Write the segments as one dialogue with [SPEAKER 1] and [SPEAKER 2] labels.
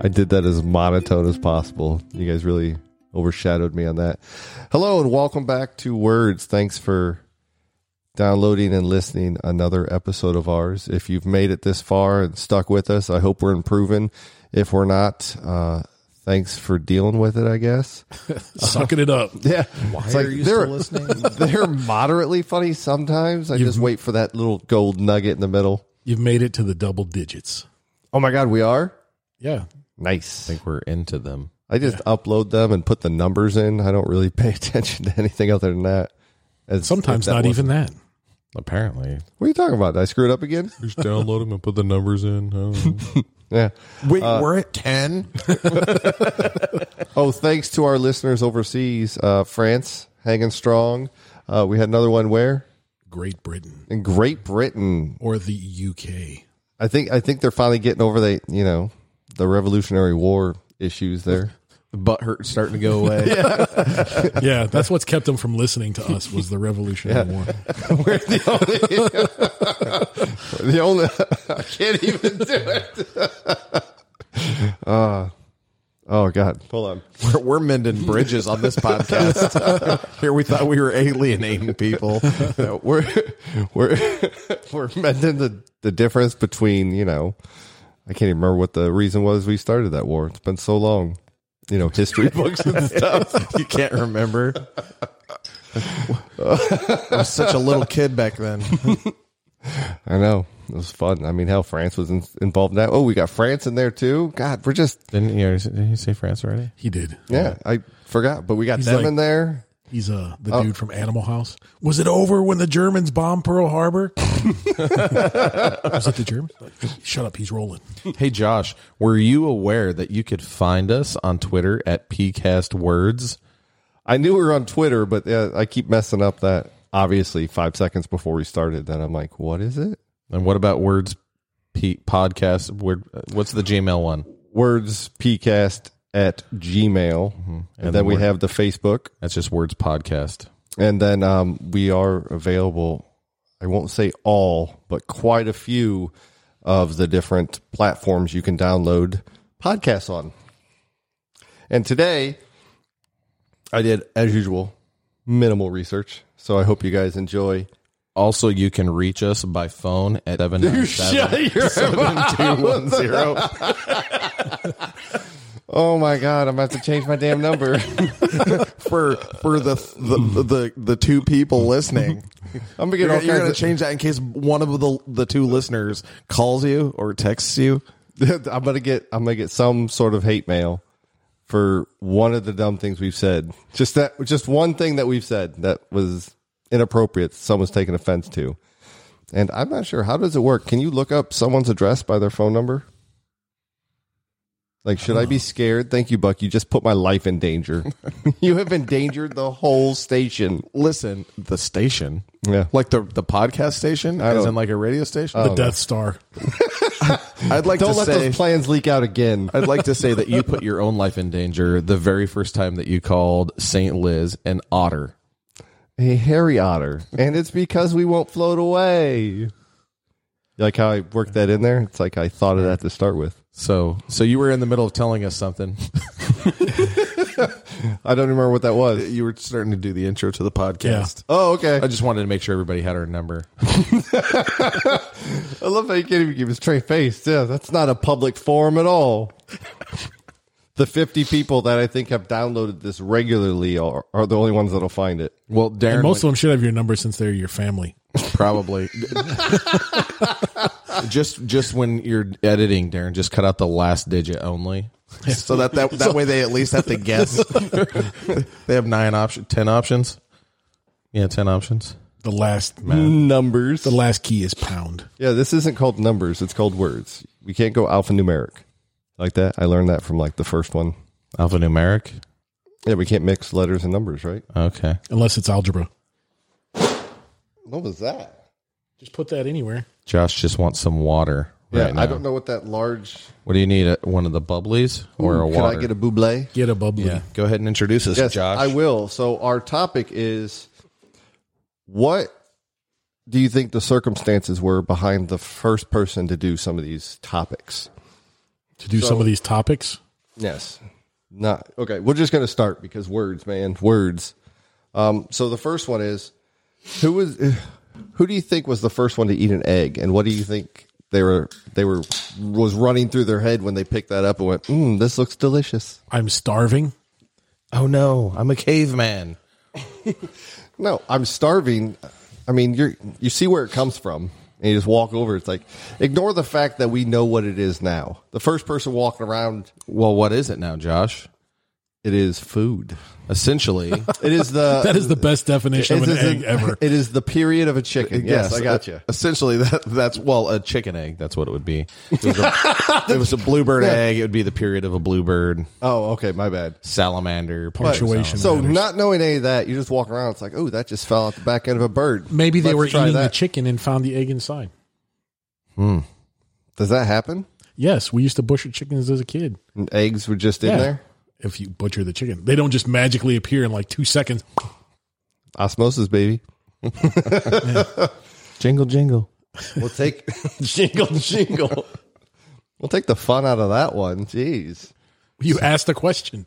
[SPEAKER 1] I did that as monotone as possible. You guys really overshadowed me on that. Hello and welcome back to Words. Thanks for downloading and listening another episode of ours. If you've made it this far and stuck with us, I hope we're improving. If we're not, uh, thanks for dealing with it. I guess.
[SPEAKER 2] Sucking it up.
[SPEAKER 1] Yeah.
[SPEAKER 3] Why
[SPEAKER 1] It's like
[SPEAKER 3] are you
[SPEAKER 1] they're-
[SPEAKER 3] still listening?
[SPEAKER 1] They're moderately funny sometimes. I just wait for that little gold nugget in the middle.
[SPEAKER 2] You've made it to the double digits.
[SPEAKER 1] Oh my God, we are
[SPEAKER 2] Yeah.
[SPEAKER 1] nice.
[SPEAKER 3] I think we're into them.
[SPEAKER 1] I just upload them and put the numbers in. I don't really pay attention to anything other than that. As
[SPEAKER 2] Sometimes
[SPEAKER 1] if that
[SPEAKER 2] not
[SPEAKER 1] was-
[SPEAKER 2] even that.
[SPEAKER 3] Apparently,
[SPEAKER 1] What are you talking about? Did I screw it up again?
[SPEAKER 3] just download them and put the numbers in.
[SPEAKER 1] Yeah.
[SPEAKER 3] Wait, we're at ten.
[SPEAKER 1] Oh, thanks to our listeners overseas, uh, France hanging strong. Uh, we had another one where
[SPEAKER 2] Great Britain
[SPEAKER 1] in Great Britain.
[SPEAKER 2] or the UK.
[SPEAKER 1] I think I think they're finally getting over the you know the Revolutionary War issues there.
[SPEAKER 3] The butt hurt's starting to go away.
[SPEAKER 2] Yeah, that's what's kept them from listening to us was the Revolutionary War.
[SPEAKER 1] We're the only, the only I can't even do it. uh, oh God, hold on.
[SPEAKER 3] We're, we're mending bridges on this podcast. Here we thought we were alienating people.
[SPEAKER 1] No, we're we're we're mending the the difference between you know I can't even remember what the reason was we started that war. It's been so long, you know, history books and stuff.
[SPEAKER 3] You can't remember. I was such a little kid back then.
[SPEAKER 1] I know it was fun. I mean, hell, France was in, involved in that. Oh, we got France in there too. God, we're just
[SPEAKER 3] Didn't you, didn't you say France already?
[SPEAKER 2] He did.
[SPEAKER 1] yeah. I forgot, but we got
[SPEAKER 2] He's
[SPEAKER 1] them
[SPEAKER 2] like-
[SPEAKER 1] in there.
[SPEAKER 2] He's uh, the dude from Animal House. Was it over when the Germans bombed Pearl Harbor? was it the Germans? Shut up, he's rolling.
[SPEAKER 3] Hey Josh, were you aware that you could find us on Twitter at pcastwords?
[SPEAKER 1] I knew we were on Twitter, but uh, I keep messing up that. Obviously, five seconds before we started, then I'm like, "What is it?"
[SPEAKER 3] And what about words p- podcast? Word, what's the Gmail one?
[SPEAKER 1] Words pcast at Gmail, Mm-hmm. and, then we have the Facebook.
[SPEAKER 3] That's just words podcast.
[SPEAKER 1] And then um, we are available, I won't say all, but quite a few of the different platforms you can download podcasts on. And today, I did, as usual, minimal research. So I hope you guys enjoy.
[SPEAKER 3] Also, you can reach us by phone at seven nine seven.
[SPEAKER 1] your Oh my God, I'm about to change my damn number.
[SPEAKER 4] for for the the the, the two people listening.
[SPEAKER 1] I'm going
[SPEAKER 4] You're, gonna-
[SPEAKER 1] to get all
[SPEAKER 4] you're
[SPEAKER 1] kinds
[SPEAKER 4] gonna
[SPEAKER 1] of
[SPEAKER 4] change that in case one of the the two listeners calls you or texts you.
[SPEAKER 1] I'm gonna get I'm gonna get some sort of hate mail for one of the dumb things we've said. Just that just one thing that we've said that was inappropriate someone's taken offense to. And I'm not sure how does it work? Can you look up someone's address by their phone number? Like should I be scared? Thank you, Buck. You just put my life in danger. you have endangered the whole station.
[SPEAKER 4] Listen, the station,
[SPEAKER 1] Yeah.
[SPEAKER 4] like the the podcast station, as
[SPEAKER 1] don't- Uh,
[SPEAKER 4] in like a radio station.
[SPEAKER 2] The Death Star.
[SPEAKER 4] I'd like
[SPEAKER 1] Don't
[SPEAKER 4] to
[SPEAKER 1] let
[SPEAKER 4] say.
[SPEAKER 1] those plans leak out again.
[SPEAKER 3] I'd like to say that you put your own life in danger the very first time that you called St. Liz an otter.
[SPEAKER 1] a hairy otter, and it's because we won't float away. You Like how I worked that in there. It's like I thought of that to start with.
[SPEAKER 3] So, so you were in the middle of telling us something.
[SPEAKER 1] I don't remember what that was.
[SPEAKER 4] you were starting to do the intro to the podcast.
[SPEAKER 1] Oh, okay.
[SPEAKER 3] I just wanted to make sure everybody had our number.
[SPEAKER 1] I love how you can't even keep a straight face. Yeah, that's not a public forum at all. the fifty people that I think have downloaded this regularly are, are the only ones that'll find it.
[SPEAKER 3] Well, Darren,
[SPEAKER 2] Most of them should have your number since they're your family.
[SPEAKER 3] probably. just, just when you're editing, Darren, just cut out the last digit only.
[SPEAKER 4] So that that, that way they at least have to guess.
[SPEAKER 3] They have nine options, ten options. Yeah, ten options.
[SPEAKER 2] The last
[SPEAKER 1] Numbers.
[SPEAKER 2] the last key is pound.
[SPEAKER 1] Yeah, this isn't called numbers. It's called words. We can't go alphanumeric like that. I learned that from like the first one.
[SPEAKER 3] Alphanumeric.
[SPEAKER 1] Yeah, we can't mix letters and numbers, right?
[SPEAKER 3] Okay.
[SPEAKER 2] Unless it's algebra.
[SPEAKER 1] What was that?
[SPEAKER 2] Just put that anywhere.
[SPEAKER 3] Josh just wants some water.
[SPEAKER 1] Yeah,
[SPEAKER 3] Right now.
[SPEAKER 1] I don't know what that large.
[SPEAKER 3] What do you need? A, one of the bubblies or a
[SPEAKER 1] Can
[SPEAKER 3] water?
[SPEAKER 1] I get a buble?
[SPEAKER 2] Get a bubbly.
[SPEAKER 3] yeah. Go ahead and introduce us, Josh.
[SPEAKER 1] I will. So our topic is what do you think the circumstances were behind the first person to do some of these topics?
[SPEAKER 2] to do some of these topics.
[SPEAKER 1] Yes. Not okay. We're just gonna start because words, man, words. Um, so the first one is who was who do you think was the first one to eat an egg, and what do you think they were they were was running through their head when they picked that up and went, mm, "This looks delicious."
[SPEAKER 2] I'm starving.
[SPEAKER 3] Oh no, I'm a caveman.
[SPEAKER 1] No, I'm starving. I mean, you you see where it comes from, and you just walk over. It's like ignore the fact that we know what it is now. The first person walking around,
[SPEAKER 3] Well, what is it now, Josh?
[SPEAKER 1] it is food.
[SPEAKER 3] Essentially,
[SPEAKER 1] It is the
[SPEAKER 2] That is the best definition of
[SPEAKER 1] It
[SPEAKER 2] an
[SPEAKER 1] is
[SPEAKER 2] egg
[SPEAKER 1] the-
[SPEAKER 2] ever.
[SPEAKER 1] It is the period of a chicken. Yes, Uh, I got
[SPEAKER 3] e-
[SPEAKER 1] you.
[SPEAKER 3] Essentially, that that's well, a chicken egg. That's what it would be. It was a, it was a bluebird egg. It would be the period of a bluebird,
[SPEAKER 1] Oh, okay, my bad.
[SPEAKER 3] salamander,
[SPEAKER 2] Punctuation.
[SPEAKER 1] So
[SPEAKER 2] matters.
[SPEAKER 1] not knowing any of that, you just walk around. It's like, oh, that just fell out the back end of a bird.
[SPEAKER 2] Maybe they
[SPEAKER 1] Let's
[SPEAKER 2] were
[SPEAKER 1] try
[SPEAKER 2] eating the
[SPEAKER 1] that.
[SPEAKER 2] chicken and found the egg inside.
[SPEAKER 1] Does that happen?
[SPEAKER 2] Yes, we used to butcher chickens as a kid.
[SPEAKER 1] And eggs were just in
[SPEAKER 2] Yeah.
[SPEAKER 1] there.
[SPEAKER 2] If you butcher the chicken, they don't just magically appear in like two seconds.
[SPEAKER 1] Osmosis, baby.
[SPEAKER 3] Jingle, jingle.
[SPEAKER 1] We'll take
[SPEAKER 3] jingle, jingle.
[SPEAKER 1] we'll take the fun out of that one. Jeez.
[SPEAKER 2] You asked the question.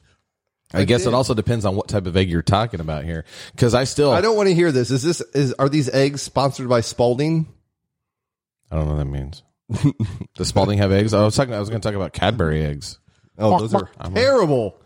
[SPEAKER 3] I, guess it also depends on what type of egg you're talking about here, because I still
[SPEAKER 1] I don't want to hear this. Is this is are these eggs sponsored by Spalding?
[SPEAKER 3] I don't know what that means. Does Spalding have eggs? I was talking. I was going to talk about Cadbury eggs.
[SPEAKER 1] Oh, those are terrible.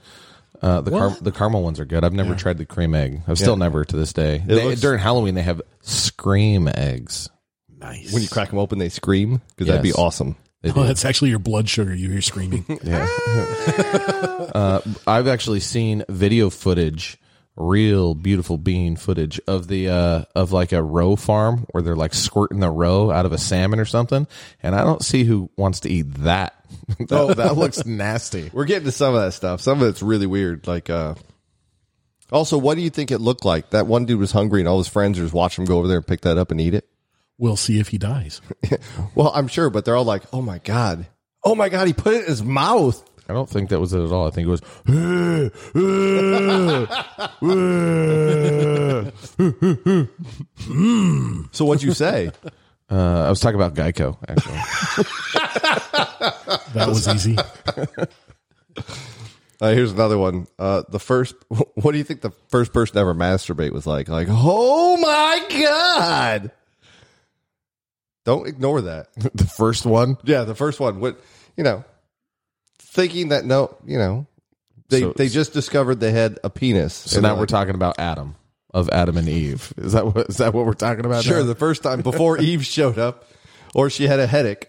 [SPEAKER 3] Uh, the car- the caramel ones are good. I've never tried the cream egg. I've still never to this day. They-
[SPEAKER 1] looks-
[SPEAKER 3] during Halloween, they have scream eggs.
[SPEAKER 2] Nice.
[SPEAKER 1] When you crack them open, they scream because that'd be
[SPEAKER 3] Yes.
[SPEAKER 1] awesome.
[SPEAKER 2] oh, that's actually your blood sugar. You hear screaming.
[SPEAKER 3] Yeah. uh, I've actually seen video footage, real beautiful bean footage of the uh, of like a roe farm where they're like squirting the roe out of a salmon or something, and I don't see who wants to eat that. oh, that looks nasty.
[SPEAKER 1] We're getting to some of that stuff. Some of it's really weird. Like, uh, also, what do you think it looked like? That one dude was hungry, and all his friends just watched him go over there and pick that up and eat it.
[SPEAKER 2] we'll see if he dies.
[SPEAKER 1] Well, I'm sure, but they're all like, "Oh my god, oh my god, he put it in his mouth."
[SPEAKER 3] I don't think that was it at all. I think it was
[SPEAKER 1] So what'd you say?
[SPEAKER 3] uh, I was talking about Geico actually.
[SPEAKER 2] That was easy.
[SPEAKER 1] uh, here's another one. Uh, the first, what do you think the first person to ever masturbate was like? Like, oh my god! Don't ignore that.
[SPEAKER 3] the first one.
[SPEAKER 1] Yeah, the first one. What you know, thinking that no, you know, they
[SPEAKER 3] So-
[SPEAKER 1] they just discovered they had a penis.
[SPEAKER 3] So now we're talking about Adam of Adam and Eve. Is that what is that what we're talking about?
[SPEAKER 1] sure
[SPEAKER 3] now?
[SPEAKER 1] the first time before Eve showed up, or she had a headache.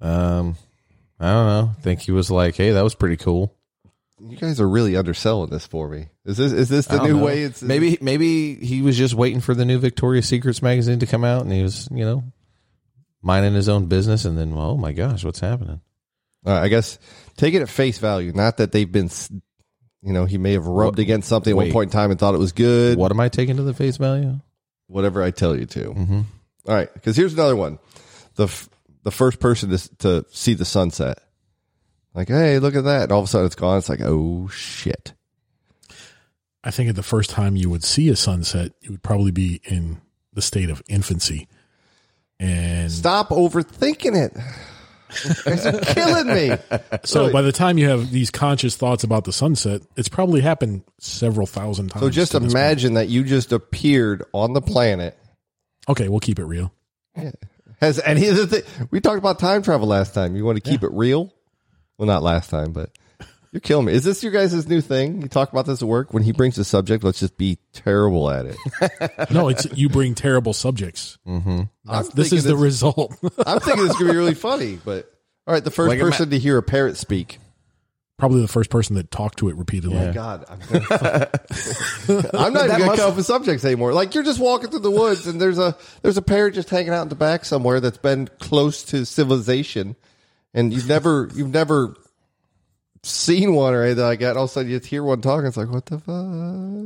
[SPEAKER 3] Um, I don't know. I think he was like, "Hey, that was pretty cool."
[SPEAKER 1] You guys are really underselling this for me. Is this is this the
[SPEAKER 3] I don't
[SPEAKER 1] new
[SPEAKER 3] know.
[SPEAKER 1] way? It's
[SPEAKER 3] maybe maybe he was just waiting for the new Victoria's Secrets magazine to come out, and he was you know minding his own business, and then oh my gosh, what's happening?
[SPEAKER 1] Uh, I guess take it at face value. Not that they've been, s- you know, he may have rubbed against something at one
[SPEAKER 3] wait.
[SPEAKER 1] point in time and thought it was good.
[SPEAKER 3] What am I taking to the face value?
[SPEAKER 1] Whatever I tell you to.
[SPEAKER 3] Mm-hmm.
[SPEAKER 1] All right, because here's another one: the f- the first person to s- to see the sunset, like, hey, look at that, and all of a sudden it's gone. It's like, oh shit.
[SPEAKER 2] I think at the first time you would see a sunset, you would probably be in the state of infancy. And
[SPEAKER 1] Stop overthinking it. It's killing me.
[SPEAKER 2] so by the time you have these conscious thoughts about the sunset, it's probably happened several thousand times.
[SPEAKER 1] So just
[SPEAKER 2] to this point.
[SPEAKER 1] imagine that you just appeared on the planet
[SPEAKER 2] Okay, we'll keep it real.
[SPEAKER 1] Has any of the thing we talked about time travel last time? You want to keep it real? Well, not last time, but you're killing me. Is this your guys' new thing? You talk about this at work. When he brings a subject, let's just be terrible at it.
[SPEAKER 2] No, it's you bring terrible subjects.
[SPEAKER 1] Mm-hmm. I'm
[SPEAKER 2] This
[SPEAKER 1] thinking
[SPEAKER 2] is the result.
[SPEAKER 1] I'm thinking this is gonna be really funny. But all right, the first
[SPEAKER 3] Like a ma-
[SPEAKER 1] person to hear a parrot speak.
[SPEAKER 2] probably the first person that talked to it repeatedly.
[SPEAKER 1] God, I'm, gonna, I'm not even gonna come up with subjects anymore. Like you're just walking through the woods, and there's a there's a parrot just hanging out in the back somewhere that's been close to civilization, and you've never you've never seen one or anything like that. All of a sudden, you just hear one talking. It's like, what the fuck?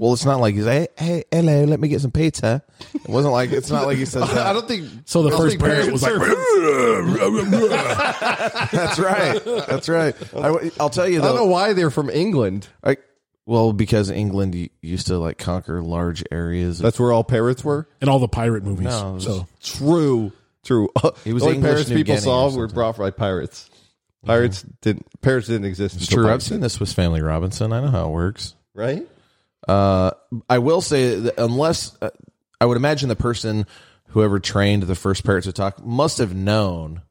[SPEAKER 3] Well, it's not like he's hey, hey hello, let me get some pizza. It wasn't like it's not like he says
[SPEAKER 1] I
[SPEAKER 3] that.
[SPEAKER 1] don't think
[SPEAKER 2] So the
[SPEAKER 1] I don't
[SPEAKER 2] first
[SPEAKER 1] think
[SPEAKER 2] parrot
[SPEAKER 1] parrots
[SPEAKER 2] was like,
[SPEAKER 1] are-
[SPEAKER 3] That's right. That's right. I, will tell you
[SPEAKER 1] I don't know
[SPEAKER 3] though.
[SPEAKER 1] why they're from England.
[SPEAKER 3] I, well, because England y- used to like conquer large areas. Of,
[SPEAKER 1] That's where all parrots were.
[SPEAKER 2] in all the pirate movies.
[SPEAKER 3] No, it was-
[SPEAKER 2] so
[SPEAKER 1] True, true. It
[SPEAKER 3] was
[SPEAKER 1] the only
[SPEAKER 3] English
[SPEAKER 1] parrots
[SPEAKER 3] New
[SPEAKER 1] people
[SPEAKER 3] Guinea or
[SPEAKER 1] saw were
[SPEAKER 3] something.
[SPEAKER 1] brought by pirates. Pirates didn't parrots didn't exist.
[SPEAKER 3] It's
[SPEAKER 1] until
[SPEAKER 3] true. I've
[SPEAKER 1] pirates
[SPEAKER 3] seen this with Family Robinson. I know how it works.
[SPEAKER 1] did, right?
[SPEAKER 3] Uh, I will say that unless uh, I would imagine the person whoever trained the first parrots to talk must have known,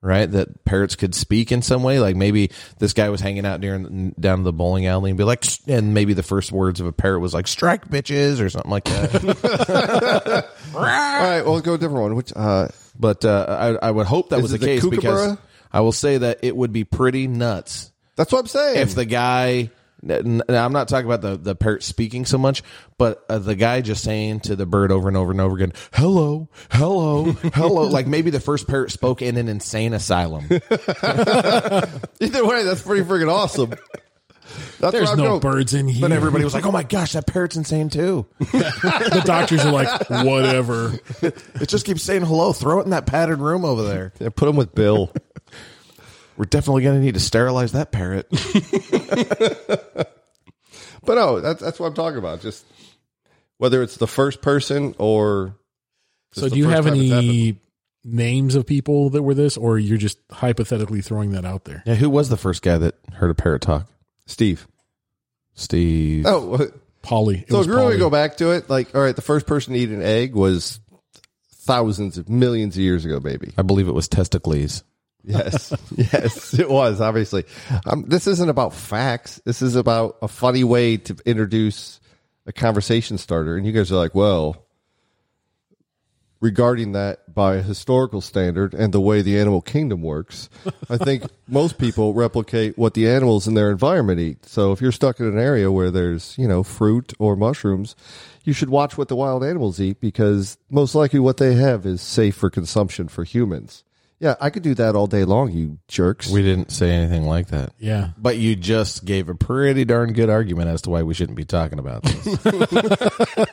[SPEAKER 3] right, that parrots could speak in some way. Like maybe this guy was hanging out during down the bowling alley and be like, "Shh," and maybe the first words of a parrot was like "strike bitches" or something like that.
[SPEAKER 1] All right, well, go a different one. Which uh,
[SPEAKER 3] but uh, I, I would hope that
[SPEAKER 1] Is
[SPEAKER 3] was
[SPEAKER 1] it
[SPEAKER 3] the,
[SPEAKER 1] the
[SPEAKER 3] case because
[SPEAKER 1] kookaburra?
[SPEAKER 3] I will say that it would be pretty nuts
[SPEAKER 1] that's what I'm saying.
[SPEAKER 3] if the guy n- n- I'm not talking about the the parrot speaking so much, but uh, the guy just saying to the bird over and over and over again, "Hello, hello, hello." like maybe the first parrot spoke in an insane asylum.
[SPEAKER 1] Either way, that's pretty freaking awesome. That's where
[SPEAKER 2] There's
[SPEAKER 1] I'm
[SPEAKER 2] no
[SPEAKER 1] going.
[SPEAKER 2] birds in here.
[SPEAKER 3] But everybody was like, "Oh my gosh, that parrot's insane too."
[SPEAKER 2] the doctors are like, whatever.
[SPEAKER 3] It just keeps saying hello. Throw it in that padded room over there.
[SPEAKER 1] Yeah, put them with Bill.
[SPEAKER 3] We're definitely going to need to sterilize that parrot.
[SPEAKER 1] But no, that's that's what I'm talking about. Just whether it's the first person or
[SPEAKER 2] So,
[SPEAKER 1] It's the
[SPEAKER 2] do you
[SPEAKER 1] first
[SPEAKER 2] have
[SPEAKER 1] time it's
[SPEAKER 2] any names of people that were this, or you're just hypothetically throwing that out there?
[SPEAKER 3] yeah, who was the first guy that heard a parrot talk?
[SPEAKER 1] Steve.
[SPEAKER 3] Steve.
[SPEAKER 1] Oh,
[SPEAKER 2] Polly. It
[SPEAKER 1] so
[SPEAKER 2] was
[SPEAKER 1] if you really
[SPEAKER 2] Polly.
[SPEAKER 1] go back to it, like all right, the first person to eat an egg was thousands of millions of years ago, maybe.
[SPEAKER 3] I believe it was Testicles.
[SPEAKER 1] Yes, yes, it was obviously. Um, this isn't about facts. This is about a funny way to introduce a conversation starter. And you guys are like, well, regarding that by a historical standard and the way the animal kingdom works, I think most people replicate what the animals in their environment eat. So if you're stuck in an area where there's you know fruit or mushrooms. You should watch what the wild animals eat because most likely what they have is safe for consumption for humans. Yeah, I could do that all day long, you jerks.
[SPEAKER 3] We didn't say anything like that.
[SPEAKER 2] Yeah.
[SPEAKER 3] But you just gave a pretty darn good argument as to why we shouldn't be talking about this.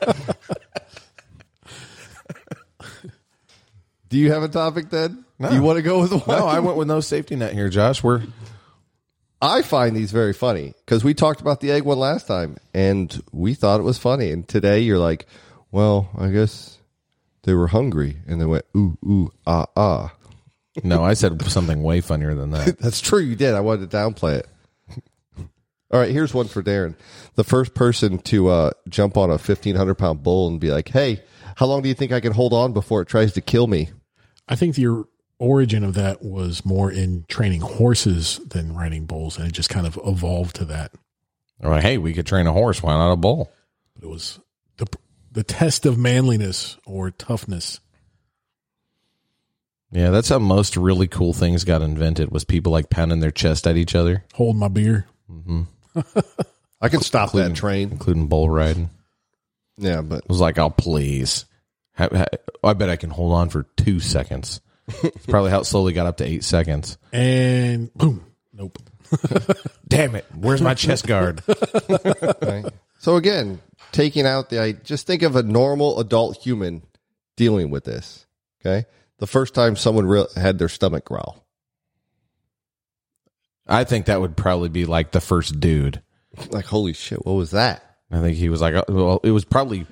[SPEAKER 1] do you have a topic then? Do you want to go with the one?
[SPEAKER 3] no, I went with no safety net here, Josh. We're
[SPEAKER 1] I find these very funny because we talked about the egg one last time and we thought it was funny. And today you're like, well, I guess they were hungry and they went, ooh, ooh, ah, ah.
[SPEAKER 3] no, I said something way funnier than that.
[SPEAKER 1] That's true. You did. I wanted to downplay it. All right, here's one for Darren. The first person to uh, jump on a 1,500 pound bull and be like, hey, how long do you think I can hold on before it tries to kill me?
[SPEAKER 2] I think the origin of that was more in training horses than riding bulls, and it just kind of evolved to that.
[SPEAKER 3] All right, hey, we could train a horse. Why not a bull?
[SPEAKER 2] But it was the the test of manliness or toughness.
[SPEAKER 3] Yeah, that's how most really cool things got invented. Was people like pounding their chest at each other,
[SPEAKER 2] Hold my beer.
[SPEAKER 1] I can stop that train.
[SPEAKER 3] including bull riding.
[SPEAKER 1] Yeah, but
[SPEAKER 3] It was like, oh please, Ha- ha- I bet I can hold on for two seconds. It's probably how it slowly got up to eight seconds.
[SPEAKER 2] And boom. Nope.
[SPEAKER 3] Damn it! Where's my chest guard?
[SPEAKER 1] Right. So again, taking out the I just think of a normal adult human dealing with this. Okay, the first time someone real, had their stomach growl.
[SPEAKER 3] I think that would probably be like the first dude.
[SPEAKER 1] Like holy shit, what was that?
[SPEAKER 3] I think he was like, oh, well, it was probably,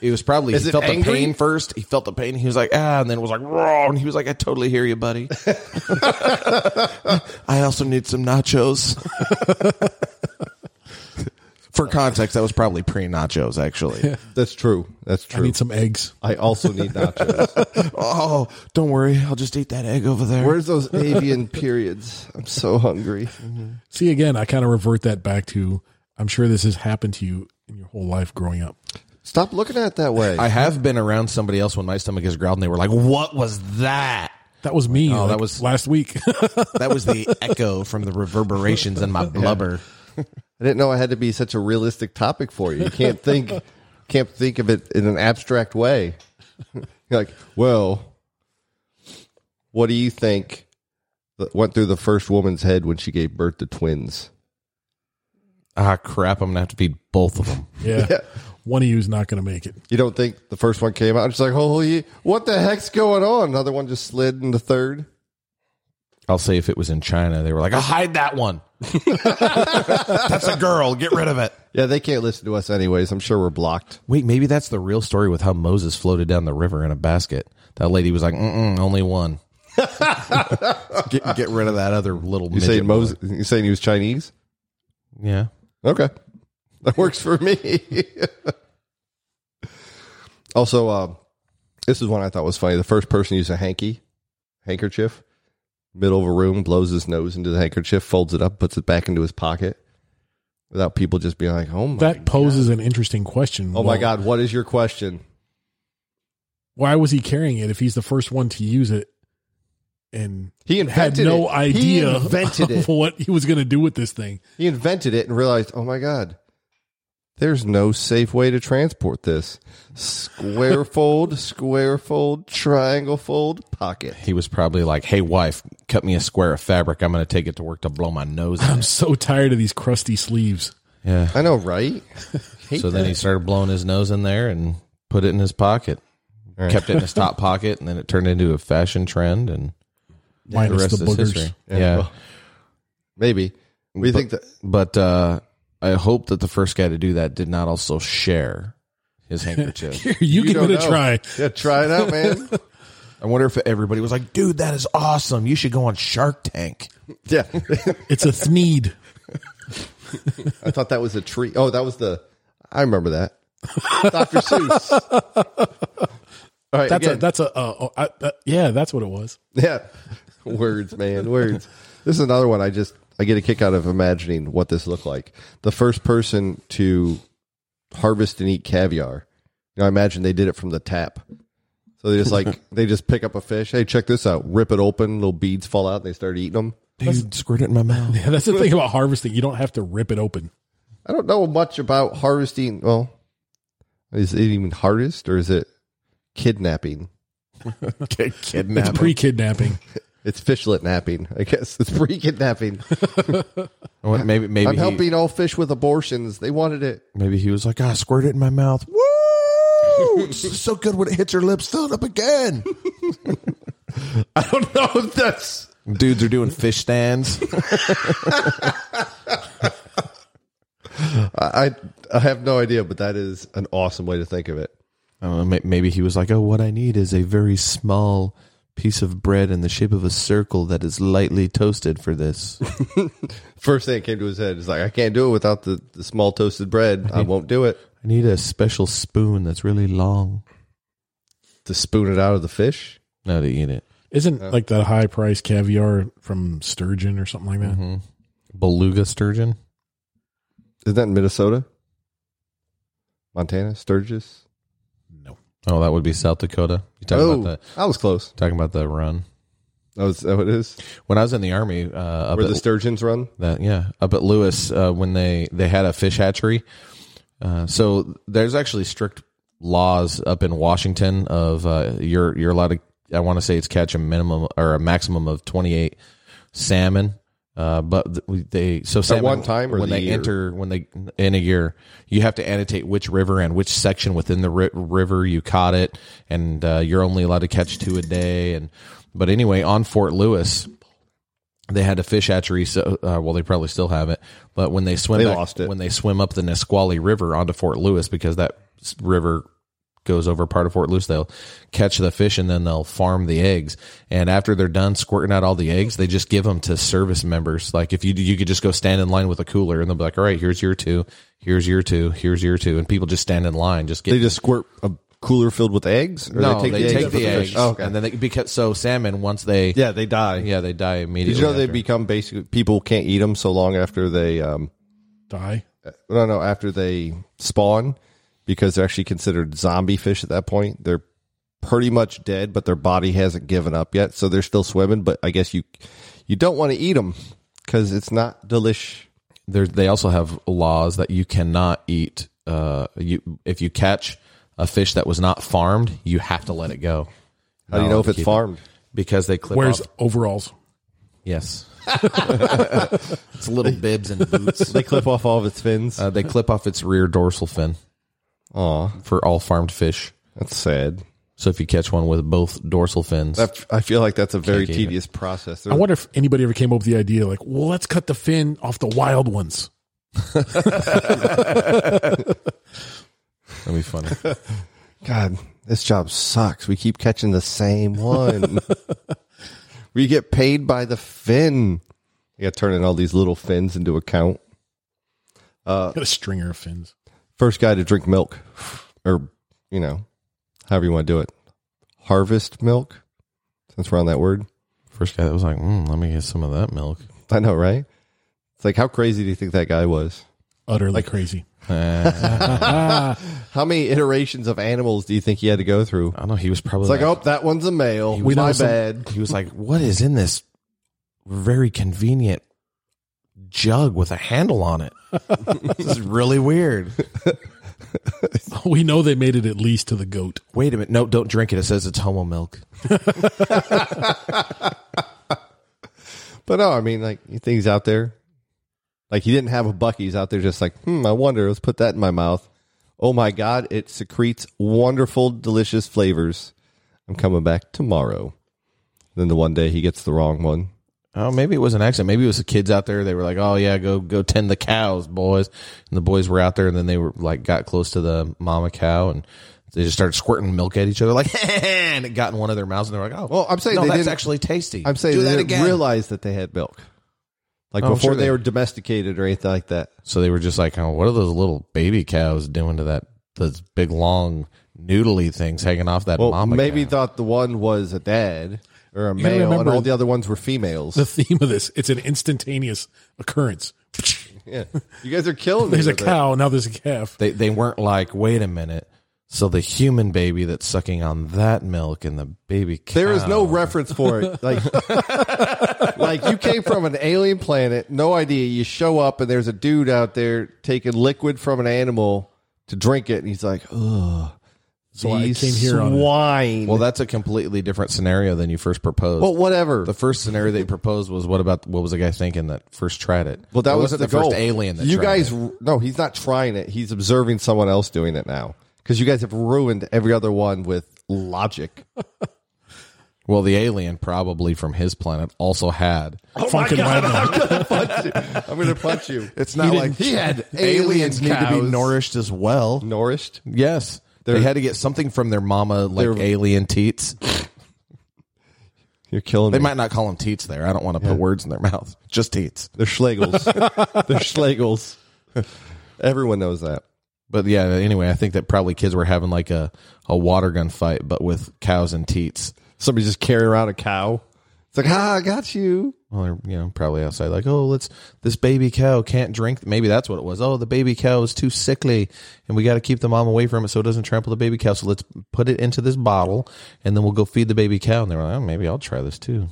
[SPEAKER 3] it was probably,
[SPEAKER 1] Is
[SPEAKER 3] he
[SPEAKER 1] it
[SPEAKER 3] felt
[SPEAKER 1] angry?
[SPEAKER 3] the pain first. He felt the pain. He was like, ah, and then was like, raw. And he was like, I totally hear you, buddy. I also need some nachos. For context, that was probably pre nachos, actually.
[SPEAKER 1] That's true. That's
[SPEAKER 2] I
[SPEAKER 1] true.
[SPEAKER 2] need some eggs.
[SPEAKER 1] I, also need nachos.
[SPEAKER 3] oh, don't worry. I'll just eat that egg over there.
[SPEAKER 1] Where's those avian periods? I'm so hungry.
[SPEAKER 2] See again, I kind of revert that back to I'm sure this has happened to you in your whole life growing up.
[SPEAKER 1] Stop looking at it that way.
[SPEAKER 3] I have been around somebody else when my stomach has growled and they were like, what was that?
[SPEAKER 2] That was me.
[SPEAKER 3] Oh, that
[SPEAKER 2] like,
[SPEAKER 3] was-
[SPEAKER 2] last week.
[SPEAKER 3] That was the echo from the reverberations in my blubber.
[SPEAKER 1] I didn't know I had to be such a realistic topic for you. You can't think can't think of it in an abstract way. You're like, well, what do you think that went through the first woman's head when she gave birth to twins?
[SPEAKER 3] Ah, crap. I'm going to have to feed both of them.
[SPEAKER 2] yeah. One of you is not going to make it.
[SPEAKER 1] You don't think the first one came out? It's like, holy, what the heck's going on? Another one just slid in the third.
[SPEAKER 3] I'll say if it was in China, they were like, "Ah, hide that one. that's a girl. Get rid of it.
[SPEAKER 1] Yeah, they can't listen to us anyways. I'm sure we're blocked.
[SPEAKER 3] Wait, maybe that's the real story with how Moses floated down the river in a basket. That lady was like, Mm-mm, only one. Get, get rid of that other little.
[SPEAKER 1] You saying Moses? You saying he was Chinese?
[SPEAKER 3] Yeah.
[SPEAKER 1] Okay, that works for me. also, um, this is one I thought was funny. The first person used a hanky, handkerchief, middle of a room, blows his nose into the handkerchief, folds it up, puts it back into his pocket, without people just being like, "Oh my,
[SPEAKER 2] That poses an interesting question.
[SPEAKER 1] oh my
[SPEAKER 2] Well,
[SPEAKER 1] God, what is your question?"
[SPEAKER 2] Why was he carrying it if he's the first one to use it? And
[SPEAKER 1] He
[SPEAKER 2] had
[SPEAKER 1] invented
[SPEAKER 2] no
[SPEAKER 1] it.
[SPEAKER 2] idea
[SPEAKER 1] He invented
[SPEAKER 2] of
[SPEAKER 1] it.
[SPEAKER 2] what he was going to do with this thing.
[SPEAKER 1] He invented it and realized, "Oh my God." There's no safe way to transport this. Square fold, square fold, triangle fold, pocket.
[SPEAKER 3] He was probably like, "Hey, wife, cut me a square of fabric. I'm going to take it to work to blow my nose." in
[SPEAKER 2] I'm
[SPEAKER 3] it."
[SPEAKER 2] so tired of these crusty sleeves.
[SPEAKER 3] yeah.
[SPEAKER 1] I know, right?
[SPEAKER 3] So then he started blowing his nose in there and put it in his pocket. Kept it in his top pocket, and then it turned into a fashion trend. And the
[SPEAKER 2] minus
[SPEAKER 3] rest
[SPEAKER 2] the
[SPEAKER 3] is
[SPEAKER 2] boogers.
[SPEAKER 3] history.
[SPEAKER 1] Yeah,
[SPEAKER 3] Yeah.
[SPEAKER 1] well, maybe. We think that
[SPEAKER 3] but uh, I hope that the first guy to do that did not also share his handkerchief.
[SPEAKER 2] Here, you, give
[SPEAKER 1] don't
[SPEAKER 2] it a
[SPEAKER 1] know.
[SPEAKER 2] try.
[SPEAKER 1] Yeah, try it out, man.
[SPEAKER 3] I wonder if everybody was like, "Dude, that is awesome. You should go on Shark Tank."
[SPEAKER 1] yeah,
[SPEAKER 2] It's a thneed.
[SPEAKER 1] I thought that was a tree. Oh, that was the. I remember that. Dr. Seuss. All right,
[SPEAKER 2] That's a
[SPEAKER 1] again.
[SPEAKER 2] that's a uh, uh, uh, yeah. That's what it was.
[SPEAKER 1] Yeah. Words, man, words. This is another one I just I get a kick out of imagining what this looked like. The first person to harvest and eat caviar. You know, I imagine they did it from the tap. So they just like they just pick up a fish. Hey, check this out. Rip it open, little beads fall out, and they start eating them.
[SPEAKER 3] Dude, squirt it in my mouth.
[SPEAKER 2] Yeah, that's the thing about harvesting. You don't have to rip it open.
[SPEAKER 1] I don't know much about harvesting. Well, is it even harvest or is it kidnapping?
[SPEAKER 3] Get
[SPEAKER 2] It's
[SPEAKER 3] kidnapped.
[SPEAKER 2] pre-kidnapping.
[SPEAKER 1] It's fishlet napping, I guess. It's pre kidnapping.
[SPEAKER 3] Well, maybe maybe
[SPEAKER 1] I'm
[SPEAKER 3] he,
[SPEAKER 1] helping all fish with abortions. They wanted it.
[SPEAKER 3] Maybe he was like, "Ah, squirt it in my mouth." Woo! It's so good when it hits your lips. Fill it up again.
[SPEAKER 1] I don't know if that's
[SPEAKER 3] Dudes are doing fish stands.
[SPEAKER 1] I I have no idea, but that is an awesome way to think of it.
[SPEAKER 3] Uh, may- maybe he was like, "Oh, what I need is a very small piece of bread in the shape of a circle that is lightly toasted for this."
[SPEAKER 1] First thing that came to his head is like, I can't do it without the, the small toasted bread. I won't do it.
[SPEAKER 3] I need a special spoon that's really long.
[SPEAKER 1] To spoon it out of the fish.
[SPEAKER 3] No, to eat it.
[SPEAKER 2] Isn't like the high price caviar from sturgeon or something like that?
[SPEAKER 3] Mm-hmm. Beluga sturgeon.
[SPEAKER 1] Isn't that in Minnesota? Montana? Sturgis?
[SPEAKER 2] No.
[SPEAKER 3] Oh, that would be South Dakota. You talking
[SPEAKER 1] oh,
[SPEAKER 3] about
[SPEAKER 1] I was close.
[SPEAKER 3] the talking about the run?
[SPEAKER 1] Oh, is that what it is?
[SPEAKER 3] When I was in the army, uh, up
[SPEAKER 1] Where
[SPEAKER 3] at
[SPEAKER 1] the sturgeons run?
[SPEAKER 3] That yeah, up at Lewis uh, when they they had a fish hatchery. Uh, so there's actually strict laws up in Washington of uh, you're you're allowed to I want to say it's catch a minimum or a maximum of 28 salmon. Uh, but th- we- they so salmon,
[SPEAKER 1] one time or
[SPEAKER 3] when
[SPEAKER 1] the
[SPEAKER 3] they
[SPEAKER 1] year?
[SPEAKER 3] enter when they in a year you have to annotate which river and which section within the ri- river you caught it and uh, you're only allowed to catch two a day and but anyway on Fort Lewis they had a fish hatchery so uh, well they probably still have it but when they swim
[SPEAKER 1] They
[SPEAKER 3] back-
[SPEAKER 1] lost it.
[SPEAKER 3] when they swim up the Nisqually River onto Fort Lewis because that s- river goes over part of Fort Lewis they'll catch the fish and then they'll farm the eggs and after they're done squirting out all the eggs they just give them to service members like if you you could just go stand in line with a cooler and they'll be like all right here's your two here's your two here's your two and people just stand in line just get
[SPEAKER 1] They just squirt a cooler filled with eggs? Or
[SPEAKER 3] no, they take the eggs,
[SPEAKER 1] from fish? Oh, okay.
[SPEAKER 3] and then they because so salmon once they
[SPEAKER 1] yeah, they die.
[SPEAKER 3] yeah they die immediately
[SPEAKER 1] Did you know they
[SPEAKER 3] after.
[SPEAKER 1] become basically people can't eat them so long after they um,
[SPEAKER 2] Die.
[SPEAKER 1] no no after they spawn because they're actually considered zombie fish at that point they're pretty much dead but their body hasn't given up yet so they're still swimming but i guess you you don't want to eat them because it's not delish
[SPEAKER 3] there they also have laws that you cannot eat uh you if you catch a fish that was not farmed you have to let it go
[SPEAKER 1] how do you know if it's
[SPEAKER 3] keep it.
[SPEAKER 1] farmed
[SPEAKER 3] because they clip
[SPEAKER 2] Wears
[SPEAKER 3] off
[SPEAKER 2] overalls.
[SPEAKER 3] yes it's little bibs and boots
[SPEAKER 1] they clip off all of its fins
[SPEAKER 3] uh, they clip off its rear dorsal fin
[SPEAKER 1] Aw,
[SPEAKER 3] for all farmed fish
[SPEAKER 1] that's sad
[SPEAKER 3] so if you catch one with both dorsal fins
[SPEAKER 1] That- i feel like that's a very
[SPEAKER 3] eat it.
[SPEAKER 1] tedious process
[SPEAKER 2] I wonder if anybody ever came up with the idea like, well, let's cut the fin off the wild ones.
[SPEAKER 3] that'd be funny
[SPEAKER 1] god this job sucks we keep catching the same one where you get paid by the fin. You got turning all these little fins into a count.
[SPEAKER 2] Got a stringer of fins.
[SPEAKER 1] First guy to drink milk, or you know, however you want to do it. Harvest milk, since we're on that word.
[SPEAKER 3] First guy that was like, mm, let me get some of that milk.
[SPEAKER 1] I know, right? It's like how crazy do you think that guy was?
[SPEAKER 2] Utterly crazy.
[SPEAKER 3] Eh,
[SPEAKER 1] How many iterations of animals do you think he had to go through?
[SPEAKER 3] I don't know. He was probably
[SPEAKER 1] It's like, oh, that one's a male.
[SPEAKER 3] was
[SPEAKER 1] My
[SPEAKER 3] awesome.
[SPEAKER 1] bad.
[SPEAKER 3] He was like, "What is in this very convenient jug with a handle on it? this is really weird."
[SPEAKER 2] We know they made it at least to the goat.
[SPEAKER 3] Wait a minute. No, don't drink it. It says it's homo milk.
[SPEAKER 1] But no, I mean, like things out there. Like he didn't have a buck. He's out there just like, hmm, I wonder. Let's put that in my mouth. Oh my God, it secretes wonderful, delicious flavors. I'm coming back tomorrow. Then the one day he gets the wrong one.
[SPEAKER 3] Oh, maybe it was an accident. Maybe it was the kids out there. They were like, "Oh yeah, go go tend the cows, boys." And the boys were out there, and then they were like, got close to the mama cow, and they just started squirting milk at each other, like, and it got in one of their mouths, and they were like, "Oh,
[SPEAKER 1] Well, I'm saying
[SPEAKER 3] no,
[SPEAKER 1] they
[SPEAKER 3] that's
[SPEAKER 1] didn't-
[SPEAKER 3] actually tasty."
[SPEAKER 1] I'm saying
[SPEAKER 3] Do
[SPEAKER 1] they
[SPEAKER 3] that
[SPEAKER 1] didn't
[SPEAKER 3] again.
[SPEAKER 1] realize that they had milk. Like
[SPEAKER 3] Oh, I'm
[SPEAKER 1] before
[SPEAKER 3] sure
[SPEAKER 1] they,
[SPEAKER 3] they-
[SPEAKER 1] were domesticated or anything like that.
[SPEAKER 3] So they were just like, oh, what are those little baby cows doing to that those big long noodly things hanging off that
[SPEAKER 1] Well,
[SPEAKER 3] mama?
[SPEAKER 1] maybe
[SPEAKER 3] cow?
[SPEAKER 1] thought the one was a dad or a male, and
[SPEAKER 2] remember-
[SPEAKER 1] all the other ones were females.
[SPEAKER 2] The theme of this, it's an instantaneous occurrence.
[SPEAKER 1] yeah. You guys are killing me.
[SPEAKER 2] There's a
[SPEAKER 1] with it.
[SPEAKER 2] cow, now there's a calf.
[SPEAKER 3] they they weren't like, wait a minute. So the human baby that's sucking on that milk and the baby cow.
[SPEAKER 1] There is no reference for it. Like, like you came from an alien planet, no idea. You show up and there's a dude out there taking liquid from an animal to drink it, and he's like, "Ugh,
[SPEAKER 2] So I
[SPEAKER 1] these
[SPEAKER 2] came here on a-
[SPEAKER 1] swine."
[SPEAKER 3] Well,
[SPEAKER 1] Well,
[SPEAKER 3] that's a completely different scenario than you first proposed.
[SPEAKER 1] whatever.
[SPEAKER 3] the first scenario they proposed was what about what was the guy thinking that first tried it?
[SPEAKER 1] well, that
[SPEAKER 3] It
[SPEAKER 1] was
[SPEAKER 3] wasn't
[SPEAKER 1] the,
[SPEAKER 3] first
[SPEAKER 1] goal.
[SPEAKER 3] alien. That
[SPEAKER 1] you
[SPEAKER 3] tried
[SPEAKER 1] guys,
[SPEAKER 3] it.
[SPEAKER 1] no, he's not trying it. He's observing someone else doing it now because you guys have ruined every other one with logic.
[SPEAKER 3] Well, the alien probably from his planet also had
[SPEAKER 2] Funkin' Wagner.
[SPEAKER 1] I'm gonna punch you.
[SPEAKER 3] It's
[SPEAKER 1] not like- he had
[SPEAKER 3] aliens
[SPEAKER 1] alien
[SPEAKER 3] need to be
[SPEAKER 1] cows.
[SPEAKER 3] nourished as well.
[SPEAKER 1] Nourished.
[SPEAKER 3] Yes, they had to get something from their mama, like alien teats.
[SPEAKER 1] You're killing
[SPEAKER 3] They
[SPEAKER 1] me.
[SPEAKER 3] might not call them teats there. I don't want to put words in their mouth. Just teats.
[SPEAKER 1] They're schlegels. They're schlegels. Everyone knows that.
[SPEAKER 3] But yeah, anyway, I think that probably kids were having like a, a water gun fight, but with cows and teats.
[SPEAKER 1] Somebody just carrying around a cow. It's like, ah, I got you.
[SPEAKER 3] Well, they're you know probably outside like, oh, let's this baby cow can't drink. Maybe that's what it was. Oh, the baby cow is too sickly, and we got to keep the mom away from it so it doesn't trample the baby cow. So let's put it into this bottle, and then we'll go feed the baby cow. And they were like, oh, maybe I'll try this too.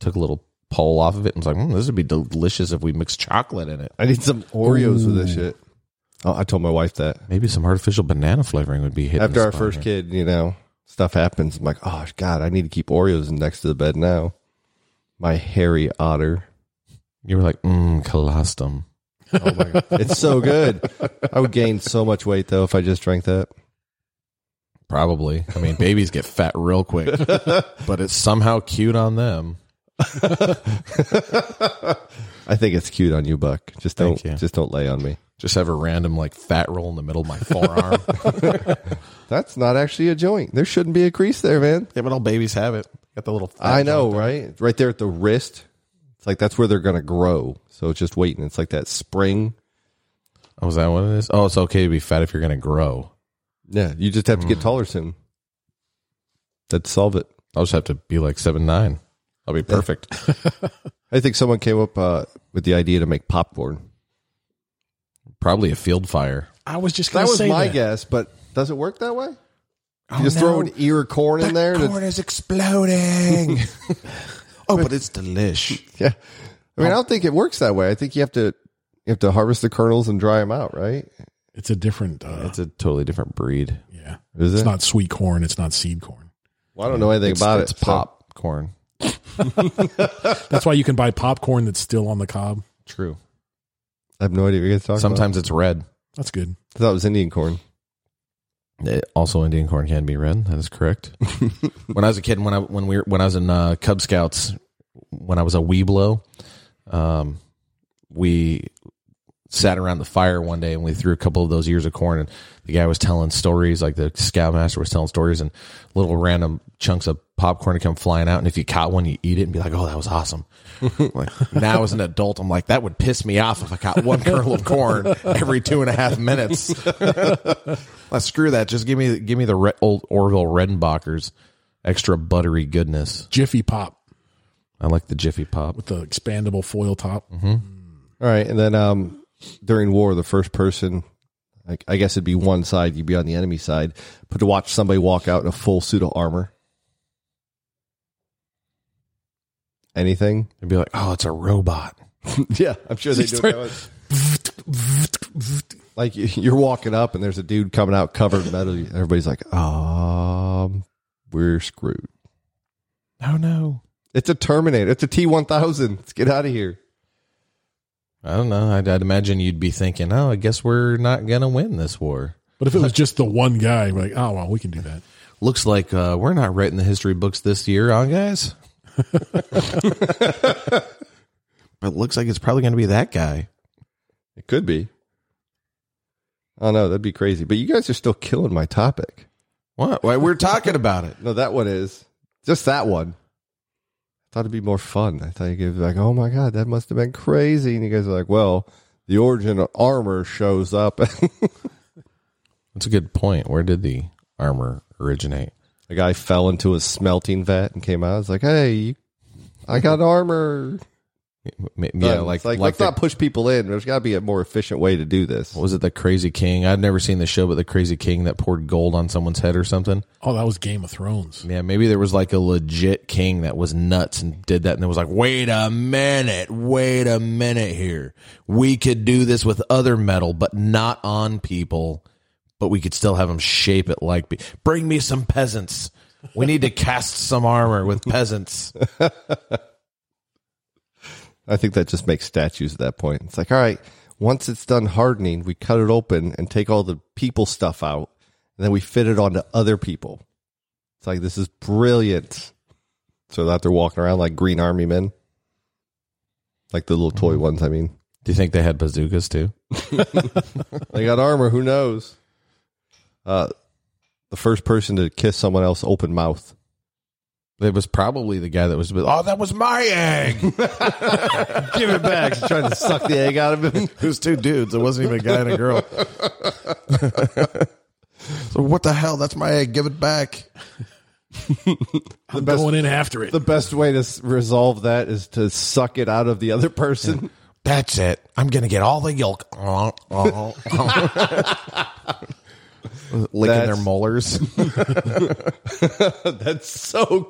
[SPEAKER 3] Took a little pole off of it and was like, mm, this would be delicious if we mix chocolate in it.
[SPEAKER 1] I need some Oreos with this shit. Oh, I told my wife that
[SPEAKER 3] Maybe some artificial banana flavoring would be hit
[SPEAKER 1] after our first kid. You know, stuff happens. I'm like, oh god, I need to keep Oreos next to the bed now. My hairy otter.
[SPEAKER 3] You were like, mm, colostrum. Oh
[SPEAKER 1] It's so good. I would gain so much weight though if I just drank that.
[SPEAKER 3] Probably. I mean, babies get fat real quick, but it's somehow cute on them.
[SPEAKER 1] I think it's cute on you, Buck. Just don't,
[SPEAKER 3] you.
[SPEAKER 1] just don't lay on me.
[SPEAKER 3] Just have a random like fat roll in the middle of my forearm.
[SPEAKER 1] That's not actually a joint. There shouldn't be a crease there, man.
[SPEAKER 3] Yeah, but all babies have it. Got the little. fat
[SPEAKER 1] I know,
[SPEAKER 3] joint
[SPEAKER 1] right? Right there at the wrist. It's like that's where they're gonna grow. So it's just waiting. It's like that spring.
[SPEAKER 3] there. Oh, is that what it is? Oh, it's okay to be fat if you're going to grow.
[SPEAKER 1] Yeah, you just have to get taller soon. That'd solve it.
[SPEAKER 3] I'll just have to be like seven nine. I'll be perfect.
[SPEAKER 1] I think someone came up uh, with the idea to make popcorn.
[SPEAKER 3] Probably a field fire.
[SPEAKER 2] I was just
[SPEAKER 1] That
[SPEAKER 2] going to
[SPEAKER 1] was
[SPEAKER 2] say
[SPEAKER 1] my
[SPEAKER 2] that. Oh,
[SPEAKER 1] guess, but does it work that way? You just throw an ear of corn in there. and it's-
[SPEAKER 3] is exploding. oh, but it's delish.
[SPEAKER 1] yeah, I mean, I don't think it works that way. I think you have to you have to harvest the kernels and dry them out, right?
[SPEAKER 2] It's a different, uh,
[SPEAKER 3] It's a totally different breed.
[SPEAKER 2] yeah.
[SPEAKER 1] Is
[SPEAKER 2] It's
[SPEAKER 1] it?
[SPEAKER 2] not sweet corn. It's not seed corn.
[SPEAKER 1] well, I don't know anything
[SPEAKER 3] It's,
[SPEAKER 1] about
[SPEAKER 3] it's
[SPEAKER 1] it. so-
[SPEAKER 3] popcorn.
[SPEAKER 2] That's why you can buy popcorn that's still on the cob.
[SPEAKER 3] True.
[SPEAKER 1] I have no idea what you guys talking about.
[SPEAKER 3] Sometimes it's red.
[SPEAKER 2] That's good.
[SPEAKER 1] I thought it was Indian corn.
[SPEAKER 3] It- Uh, also, Indian corn can be red. That is correct. when I was a kid, when I when we were, when I was in uh, Cub Scouts, when I was a weeblo, um, we sat around the fire one day and we threw a couple of those ears of corn and the guy was telling stories like the scoutmaster was telling stories and little random chunks of popcorn would come flying out and if you caught one you eat it and be like oh that was awesome like now as an adult i'm like that would piss me off if i caught one kernel of corn every two and a half minutes like, screw that just give me give me the re- old orville redenbacher's extra buttery goodness
[SPEAKER 2] Jiffy Pop
[SPEAKER 3] i like the jiffy pop
[SPEAKER 2] with the expandable foil top.
[SPEAKER 1] All right, and then um, during war, the first person, I, I guess it'd be one side, you'd be on the enemy side, but to watch somebody walk out in a full suit of armor. Anything?
[SPEAKER 3] and be like oh it's a robot
[SPEAKER 1] Yeah, I'm sure they do. it that way. Like you- you're walking up, and there's a dude coming out covered in metal. Everybody's like, "Um, we're screwed."
[SPEAKER 3] oh no
[SPEAKER 1] It's a Terminator. It's a T1000. Let's get out of here.
[SPEAKER 3] I don't know. I'd, I'd imagine you'd be thinking, "Oh, I guess we're not gonna win this war."
[SPEAKER 2] But if it was just the one guy, we're like, oh well, we can do that.
[SPEAKER 3] Looks like uh, we're not writing the history books this year, huh, guys? but looks like it's probably gonna be that guy.
[SPEAKER 1] It could be. I don't know. That'd be crazy. But you guys are still killing my topic.
[SPEAKER 3] What? Why we're talking about it?
[SPEAKER 1] No, that one is just that one. I thought it'd be more fun. I thought you guys were like, "Oh my god, that must have been crazy," and you guys are like, "Well, the origin of armor shows up."
[SPEAKER 3] That's a good point. Where did the armor originate?
[SPEAKER 1] a guy fell into a smelting vat and came out. It's like, "Hey, you, I got armor."
[SPEAKER 3] M- Yeah,
[SPEAKER 1] Um,
[SPEAKER 3] like
[SPEAKER 1] it's like,
[SPEAKER 3] like,
[SPEAKER 1] let's
[SPEAKER 3] the,
[SPEAKER 1] not push people in. There's got to be a more efficient way to do this.
[SPEAKER 3] what was it the Crazy King? I'd never seen the show, but the Crazy King that poured gold on someone's head or something.
[SPEAKER 2] Oh, that was Game of Thrones.
[SPEAKER 3] Yeah, maybe there was like a legit king that was nuts and did that, and it was like, wait a minute, wait a minute here. We could do this with other metal, but not on people, but we could still have them shape it like. Be- Bring me some peasants. We need to cast some armor with peasants.
[SPEAKER 1] I think that just makes statues at that point. It's like, all right, once it's done hardening, we cut it open and take all the people stuff out, and then we fit it onto other people. It's like this is brilliant. So that they're walking around like green army men, like the little toy ones. I mean,
[SPEAKER 3] Do you think they had bazookas too?
[SPEAKER 1] they got armor. Who knows? Uh, the first person to kiss someone else open mouth.
[SPEAKER 3] It was probably the guy that was, oh, that was my egg.
[SPEAKER 1] Give it back. He's trying to suck the egg out of him.
[SPEAKER 4] It was two dudes. It wasn't even a guy and a girl. so what the hell? That's my egg. Give it back.
[SPEAKER 2] I'm going in after it.
[SPEAKER 1] The best way to s- resolve that is to suck it out of the other person.
[SPEAKER 3] That's it. I'm going to get all the yolk. Licking their
[SPEAKER 1] That's-
[SPEAKER 3] molars.
[SPEAKER 1] That's so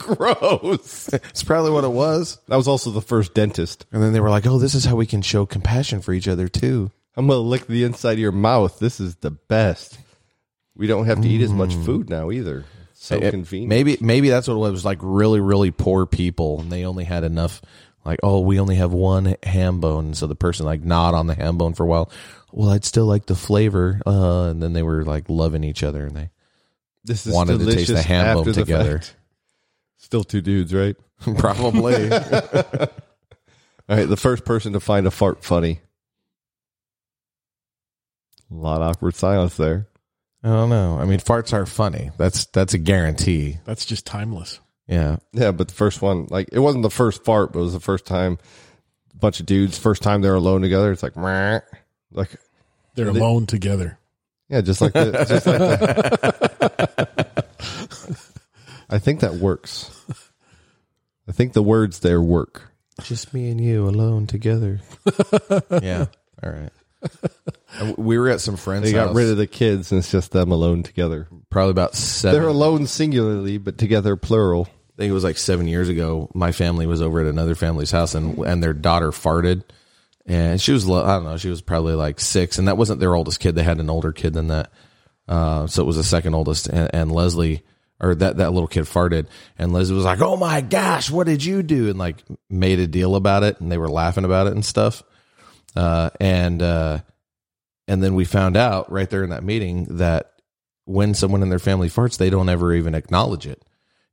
[SPEAKER 1] gross.
[SPEAKER 4] It's probably what it was.
[SPEAKER 1] That was also the first dentist.
[SPEAKER 3] And then they were like, "Oh, this is how we can show compassion for each other too."
[SPEAKER 1] I'm going to lick the inside of your mouth. This is the best. We don't have to eat as much food now either. It's so convenient.
[SPEAKER 3] Mm. Maybe maybe that's what it was like really really poor people and they only had enough like, "Oh, we only have one ham bone." So the person like gnawed on the ham bone for a while. Well, I'd still like the flavor. Uh, and then they were like loving each other and they
[SPEAKER 1] this is
[SPEAKER 3] wanted to taste the
[SPEAKER 1] delicious
[SPEAKER 3] ham bone
[SPEAKER 1] after the
[SPEAKER 3] together.
[SPEAKER 1] fact. Still two dudes, right?
[SPEAKER 3] probably
[SPEAKER 1] All right, the first person to find a fart funny. A lot of awkward silence there.
[SPEAKER 3] I don't know. I mean, farts are funny. That's that's a guarantee.
[SPEAKER 2] That's just timeless.
[SPEAKER 3] Yeah.
[SPEAKER 1] Yeah, but the first one, like, it wasn't the first fart, but it was the first time a bunch of dudes, first time they're alone together. It's like, meh. like,
[SPEAKER 2] They're alone together.
[SPEAKER 1] Yeah, just like the, just like the. I think that works. I think the words there work.
[SPEAKER 3] Just me and you alone together. yeah. All right. And We were at some friends.
[SPEAKER 1] They got
[SPEAKER 3] house.
[SPEAKER 1] rid of the kids, and it's just them alone together.
[SPEAKER 3] probably about 7
[SPEAKER 1] They're alone singularly, but together plural.
[SPEAKER 3] I think it was like seven years ago. My family was over at another family's house, and and their daughter farted, and she was lo- I don't know, she was probably like six, and that wasn't their oldest kid. They had an older kid than that, uh, so it was the second oldest. And, and Leslie, or that that little kid farted, and Leslie was like, "Oh my gosh, what did you do?" And like made a deal about it, and they were laughing about it and stuff. Uh, and uh, and then we found out right there in that meeting that when someone in their family farts, they don't ever even acknowledge it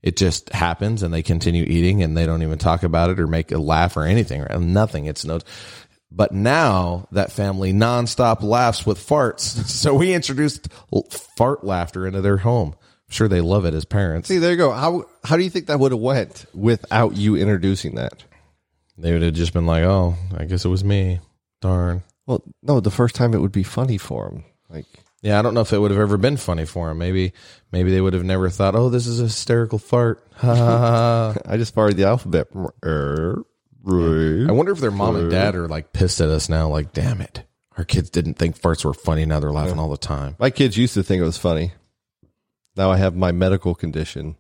[SPEAKER 3] it just happens and they continue eating and they don't even talk about it or make a laugh or anything or nothing it's no But now that family nonstop laughs with farts. So we introduced l- fart laughter into their home. I'm sure they love it as parents.
[SPEAKER 1] See, there you go. How how do you think that would have went without you introducing that?
[SPEAKER 3] They would have just been like, oh, I guess it was me. Darn.
[SPEAKER 1] Well, no, the first time it would be funny for him. Like,
[SPEAKER 3] Yeah, I don't know if it would have ever been funny for him. Maybe, maybe they would have never thought, "Oh, this is a hysterical fart." Ha, ha, ha, ha.
[SPEAKER 1] I just borrowed the alphabet. Er,
[SPEAKER 3] I
[SPEAKER 1] right.
[SPEAKER 3] wonder if their mom and dad are like pissed at us now. Like, damn it, our kids didn't think farts were funny. Now they're laughing all the time.
[SPEAKER 1] My kids used to think it was funny. Now I have my medical condition,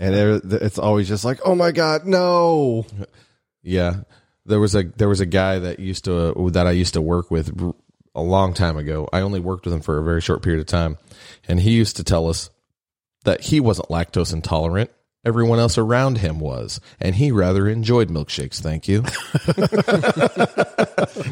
[SPEAKER 1] and they're- it's always just like, "Oh my god, no!"
[SPEAKER 3] Yeah, there was a there was a guy that used to uh, that I used to work with r- a long time ago. I only worked with him for a very short period of time, and he used to tell us that he wasn't lactose intolerant. Everyone else around him was, and he rather enjoyed milkshakes. Thank you.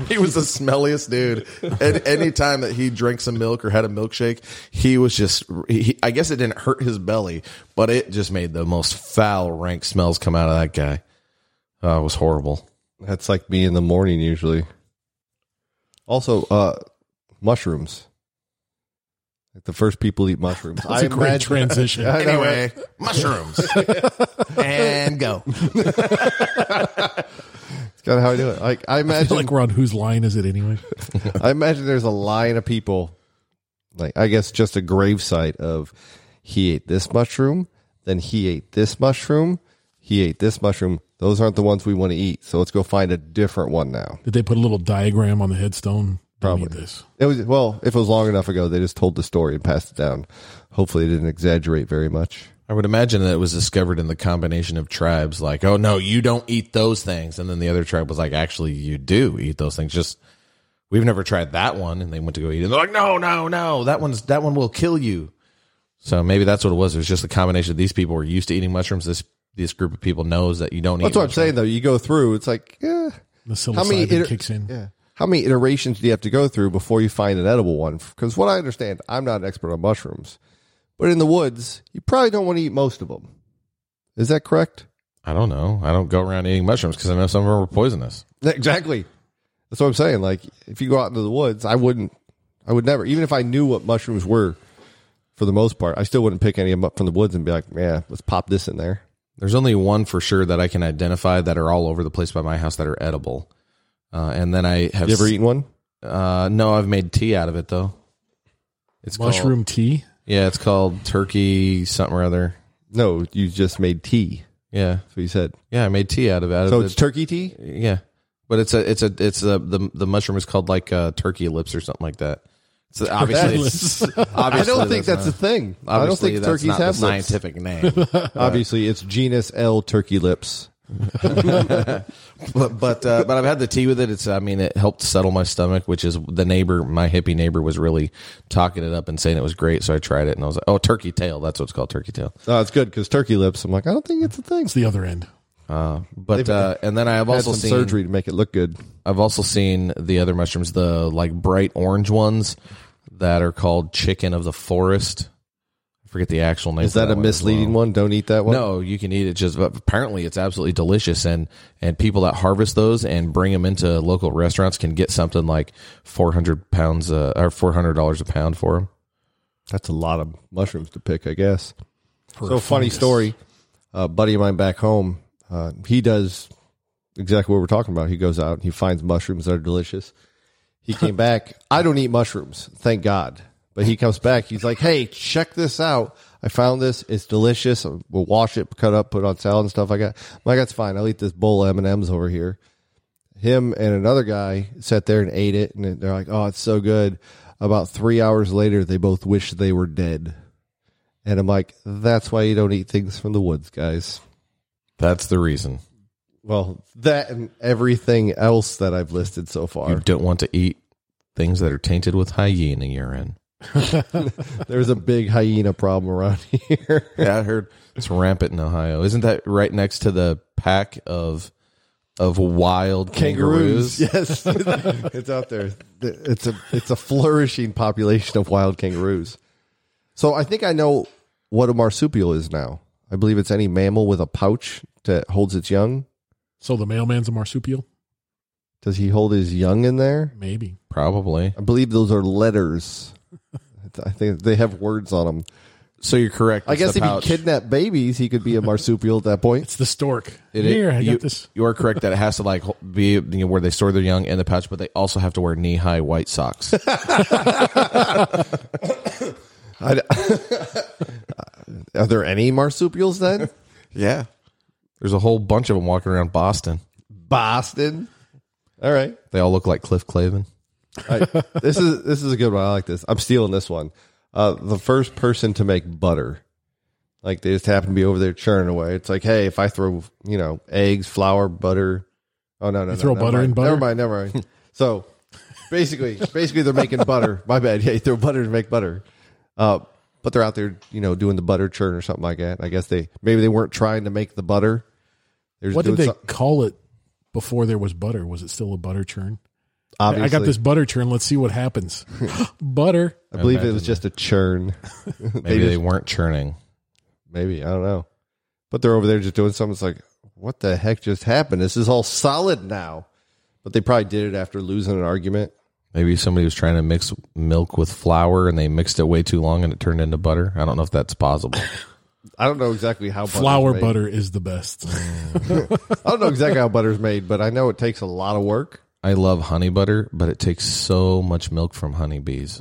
[SPEAKER 3] he was the smelliest dude. And any time that he drank some milk or had a milkshake, he was just. He, I guess it didn't hurt his belly, but it just made the most foul, rank smells come out of that guy. Oh, it was horrible.
[SPEAKER 1] That's like me in the morning usually. Also, uh, mushrooms. Like the first people eat mushrooms.
[SPEAKER 2] That's a great
[SPEAKER 1] imagine-
[SPEAKER 2] transition.
[SPEAKER 1] I know, right?
[SPEAKER 3] Anyway, mushrooms and go.
[SPEAKER 1] kind of how I do it. Like I
[SPEAKER 2] I
[SPEAKER 1] imagine,
[SPEAKER 2] feel
[SPEAKER 1] I,
[SPEAKER 2] like we're on whose line is it anyway?
[SPEAKER 1] imagine there's a line of people. Like I guess just a grave site of he ate this mushroom, then he ate this mushroom, he ate this mushroom. Those aren't the ones we want to eat, so let's go find a different one now.
[SPEAKER 2] Did they put a little diagram on the headstone? Probably this.
[SPEAKER 1] It was well, if it was long enough ago, they just told the story and passed it down. Hopefully, they didn't exaggerate very much.
[SPEAKER 3] I would imagine that it was discovered in the combination of tribes. Like, oh no, you don't eat those things, and then the other tribe was like, actually, you do eat those things. Just we've never tried that one, and they went to go eat, it. and they're like, no, no, no, that one's that one will kill you. So maybe that's what it was. It was just a combination of these people were used to eating mushrooms. This this group of people knows that you don't eat.
[SPEAKER 1] That's what I'm saying, though. You go through, it's like, eh,
[SPEAKER 2] The psilocybin
[SPEAKER 1] How many iter-
[SPEAKER 2] kicks in.
[SPEAKER 1] yeah. How many iterations do you have to go through before you find an edible one? Because what I understand, I'm not an expert on mushrooms, but in the woods, you probably don't want to eat most of them. Is that correct?
[SPEAKER 3] I don't know. I don't go around eating mushrooms because I know some of them are poisonous.
[SPEAKER 1] Exactly. That's what I'm saying. Like, if you go out into the woods, I wouldn't, I would never, even if I knew what mushrooms were for the most part, I still wouldn't pick any of them up from the woods and be like, yeah, let's pop this in there.
[SPEAKER 3] There's only one for sure that I can identify that are all over the place by my house that are edible. Uh, and then I have
[SPEAKER 1] You ever eaten one?
[SPEAKER 3] Uh, no, I've made tea out of it though. It's Called,
[SPEAKER 2] Mushroom
[SPEAKER 1] Oh.
[SPEAKER 2] tea.
[SPEAKER 3] yeah, it's called turkey something or other.
[SPEAKER 1] No, you just made tea.
[SPEAKER 3] Yeah,
[SPEAKER 1] That's what you said.
[SPEAKER 3] yeah, I made tea out of it. Out
[SPEAKER 1] So
[SPEAKER 3] of
[SPEAKER 1] it's
[SPEAKER 3] the-
[SPEAKER 1] turkey tea?
[SPEAKER 3] yeah, but it's a it's a it's a the the mushroom is called like uh, turkey lips or something like that. So obviously, it's- obviously,
[SPEAKER 1] I don't think that's a
[SPEAKER 3] not-
[SPEAKER 1] thing. I don't
[SPEAKER 3] obviously
[SPEAKER 1] think
[SPEAKER 3] that's
[SPEAKER 1] turkeys
[SPEAKER 3] not the
[SPEAKER 1] have lips.
[SPEAKER 3] scientific name.
[SPEAKER 1] Obviously, it's genus L turkey lips.
[SPEAKER 3] but but uh, but I've had the tea with it. It's I mean it helped settle my stomach, which is the neighbor, my hippie neighbor, was really talking it up and saying it was great. So I tried it and I was like, oh, turkey tail. That's what it's called, turkey tail.
[SPEAKER 1] Oh, it's good because turkey lips. I'm like, I don't think it's a thing.
[SPEAKER 2] It's the other end.
[SPEAKER 3] But uh, and then I have
[SPEAKER 1] Had
[SPEAKER 3] also
[SPEAKER 1] some
[SPEAKER 3] seen
[SPEAKER 1] surgery to make it look good.
[SPEAKER 3] I've also seen the other mushrooms, the like bright orange ones that are called chicken of the forest. I forget the actual name.
[SPEAKER 1] Is that a misleading one? Don't eat that one.
[SPEAKER 3] No, you can eat it. Just but apparently, it's absolutely delicious, and and people that harvest those and bring them into local restaurants can get something like four hundred pounds uh, or four hundred dollars a pound for them.
[SPEAKER 1] that's a lot of mushrooms to pick, I guess.
[SPEAKER 2] for
[SPEAKER 1] So
[SPEAKER 2] a
[SPEAKER 1] funny
[SPEAKER 2] fungus.
[SPEAKER 1] story. A buddy of mine back home, uh, he does exactly what we're talking about. He goes out and he finds mushrooms that are delicious. He came back. I don't eat mushrooms, thank God. But he comes back. He's like, "Hey, check this out. I found this. It's delicious. We'll wash it, cut up, put it on salad and stuff. I got. I'm like, that's fine. I'll eat this bowl of M and M's over here." Him and another guy sat there and ate it, and they're like, "Oh, it's so good." About three hours later, they both wish they were dead. And I'm like, that's why you don't eat things from the woods, guys.
[SPEAKER 3] That's the reason
[SPEAKER 1] Well, that and everything else that I've listed so
[SPEAKER 3] you
[SPEAKER 1] far.
[SPEAKER 3] don't want to eat things that are tainted with hyena urine.
[SPEAKER 1] There's a big hyena problem around here.
[SPEAKER 3] Yeah, I heard it's rampant in Ohio. Isn't that right next to the pack of of wild kangaroos?
[SPEAKER 1] Yes. it's out there. It's a it's a flourishing population of wild kangaroos. So I think I know what a marsupial is now. I believe it's any mammal with a pouch that holds its young.
[SPEAKER 2] So the mailman's a marsupial.
[SPEAKER 1] Does he hold his young in there?
[SPEAKER 2] Maybe.
[SPEAKER 3] Probably.
[SPEAKER 1] I believe those are letters. I think they have words on them.
[SPEAKER 3] So you're correct.
[SPEAKER 1] I
[SPEAKER 3] it's
[SPEAKER 1] guess
[SPEAKER 3] the
[SPEAKER 1] if he
[SPEAKER 3] pouch.
[SPEAKER 1] kidnapped babies, he could be a marsupial at that point.
[SPEAKER 2] It's the stork.
[SPEAKER 3] It-
[SPEAKER 2] Here, I
[SPEAKER 3] you,
[SPEAKER 2] got this.
[SPEAKER 3] You are correct that it has to like ho- be you know, where they store their young in the pouch, but they also have to wear knee high white socks.
[SPEAKER 1] I d are there any marsupials then?
[SPEAKER 4] Yeah.
[SPEAKER 3] There's a whole bunch of them walking around Boston.
[SPEAKER 1] Boston. All right.
[SPEAKER 3] They all look like Cliff Clavin.
[SPEAKER 1] All right. This is this is a good one. I like this. I'm stealing this one. Uh, the first person to make butter, like they just happen to be over there churning away. It's like, hey, if I throw you know eggs, flour, butter. Oh no no no!
[SPEAKER 2] throw
[SPEAKER 1] never
[SPEAKER 2] butter
[SPEAKER 1] mind.
[SPEAKER 2] in butter?
[SPEAKER 1] Never mind. Never mind. so basically, basically they're making butter. My bad. Yeah, you throw butter to make butter. Uh, but they're out there, you know, doing the butter churn or something like that. I guess they maybe they weren't trying to make the butter. They're just
[SPEAKER 2] What did
[SPEAKER 1] doing
[SPEAKER 2] they
[SPEAKER 1] some-
[SPEAKER 2] call it before there was butter? Was it still a butter churn?
[SPEAKER 1] obviously,
[SPEAKER 2] I got this butter churn. Let's see what happens. butter.
[SPEAKER 1] I believe it was just a churn.
[SPEAKER 3] Maybe they, weren't churning.
[SPEAKER 1] Maybe I don't know, but they're over there just doing something. It's like, what the heck just happened? This is all solid now. But they probably did it after losing an argument.
[SPEAKER 3] Maybe somebody was trying to mix milk with flour and they mixed it way too long and it turned into butter. I don't know if that's possible.
[SPEAKER 1] I don't know exactly how butter's
[SPEAKER 2] Flour
[SPEAKER 1] made.
[SPEAKER 2] butter is the best.
[SPEAKER 1] Mm. I don't know exactly how butter's made, but I know it takes a lot of work.
[SPEAKER 3] I love honey butter, but it takes so much milk from honeybees.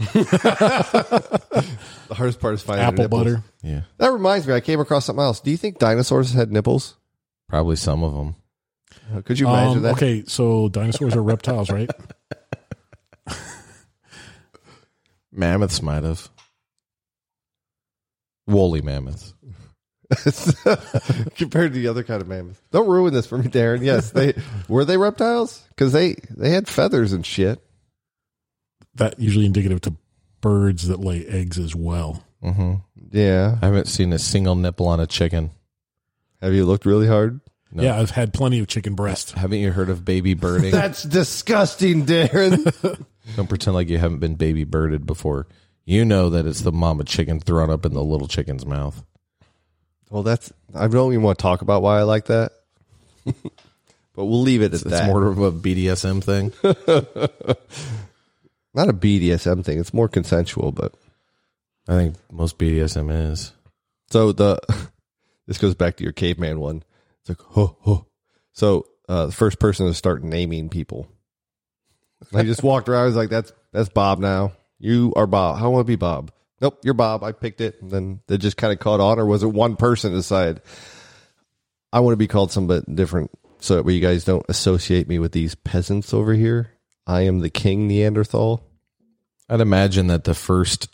[SPEAKER 1] The hardest part is finding
[SPEAKER 2] Apple
[SPEAKER 1] their nipples.
[SPEAKER 2] butter.
[SPEAKER 3] yeah.
[SPEAKER 1] That reminds me, I came across something else. Do you think dinosaurs had nipples? Uh,
[SPEAKER 3] Probably some of them.
[SPEAKER 1] Could you imagine
[SPEAKER 2] Um,
[SPEAKER 1] that?
[SPEAKER 2] Okay, so dinosaurs are reptiles, right?
[SPEAKER 3] Mammoths might have. Woolly mammoths.
[SPEAKER 1] compared to the other kind of mammoths. Don't ruin this for me, Darren. Yes, they were they reptiles because they they had feathers and shit.
[SPEAKER 2] That usually indicative to birds that lay eggs as well.
[SPEAKER 3] hmm
[SPEAKER 1] Yeah.
[SPEAKER 3] I haven't seen a single nipple on a chicken.
[SPEAKER 1] Have you looked really hard?
[SPEAKER 3] No.
[SPEAKER 2] Yeah, I've had plenty of chicken breast.
[SPEAKER 3] Haven't you heard of baby birding?
[SPEAKER 1] That's disgusting, Darren.
[SPEAKER 3] Don't pretend like you haven't been baby birded before. You know that it's the mama chicken thrown up in the little chicken's mouth.
[SPEAKER 1] well, that's I don't even want to talk about why I like that. but we'll leave it at
[SPEAKER 3] It's
[SPEAKER 1] that.
[SPEAKER 3] more of a BDSM thing.
[SPEAKER 1] Not a BDSM thing. It's more consensual, but
[SPEAKER 3] I think most BDSM is.
[SPEAKER 1] so the this goes back to your caveman one. It's like ho ho. So uh, the first person to start naming people. I just walked around. I was like, "That's that's Bob now. You are Bob. I want to be Bob. Nope, you're Bob. I picked it." And then they just kind of caught on, or was it one person decided I want to be called something different, so that way you guys don't associate me with these peasants over here? I am the King Neanderthal.
[SPEAKER 3] I'd imagine that the first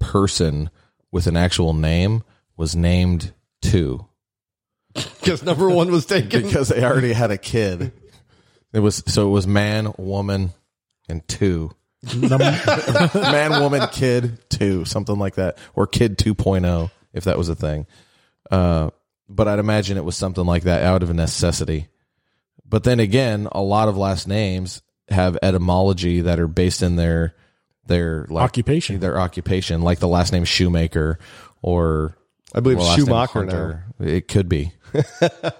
[SPEAKER 3] person with an actual name was named two.
[SPEAKER 1] Because number one was taken.
[SPEAKER 4] Because they already had a kid.
[SPEAKER 3] It was so it was man, woman, and two. man, woman, kid, two, something like that, or kid 2.0, if that was a thing. Uh, but I'd imagine it was something like that out of necessity. But then again, a lot of last names have etymology that are based in their their like,
[SPEAKER 2] Occupation.
[SPEAKER 3] their occupation, like the last name shoemaker, or
[SPEAKER 1] I believe
[SPEAKER 3] well, last name
[SPEAKER 1] Schumacher now.
[SPEAKER 3] Hunter. It could be,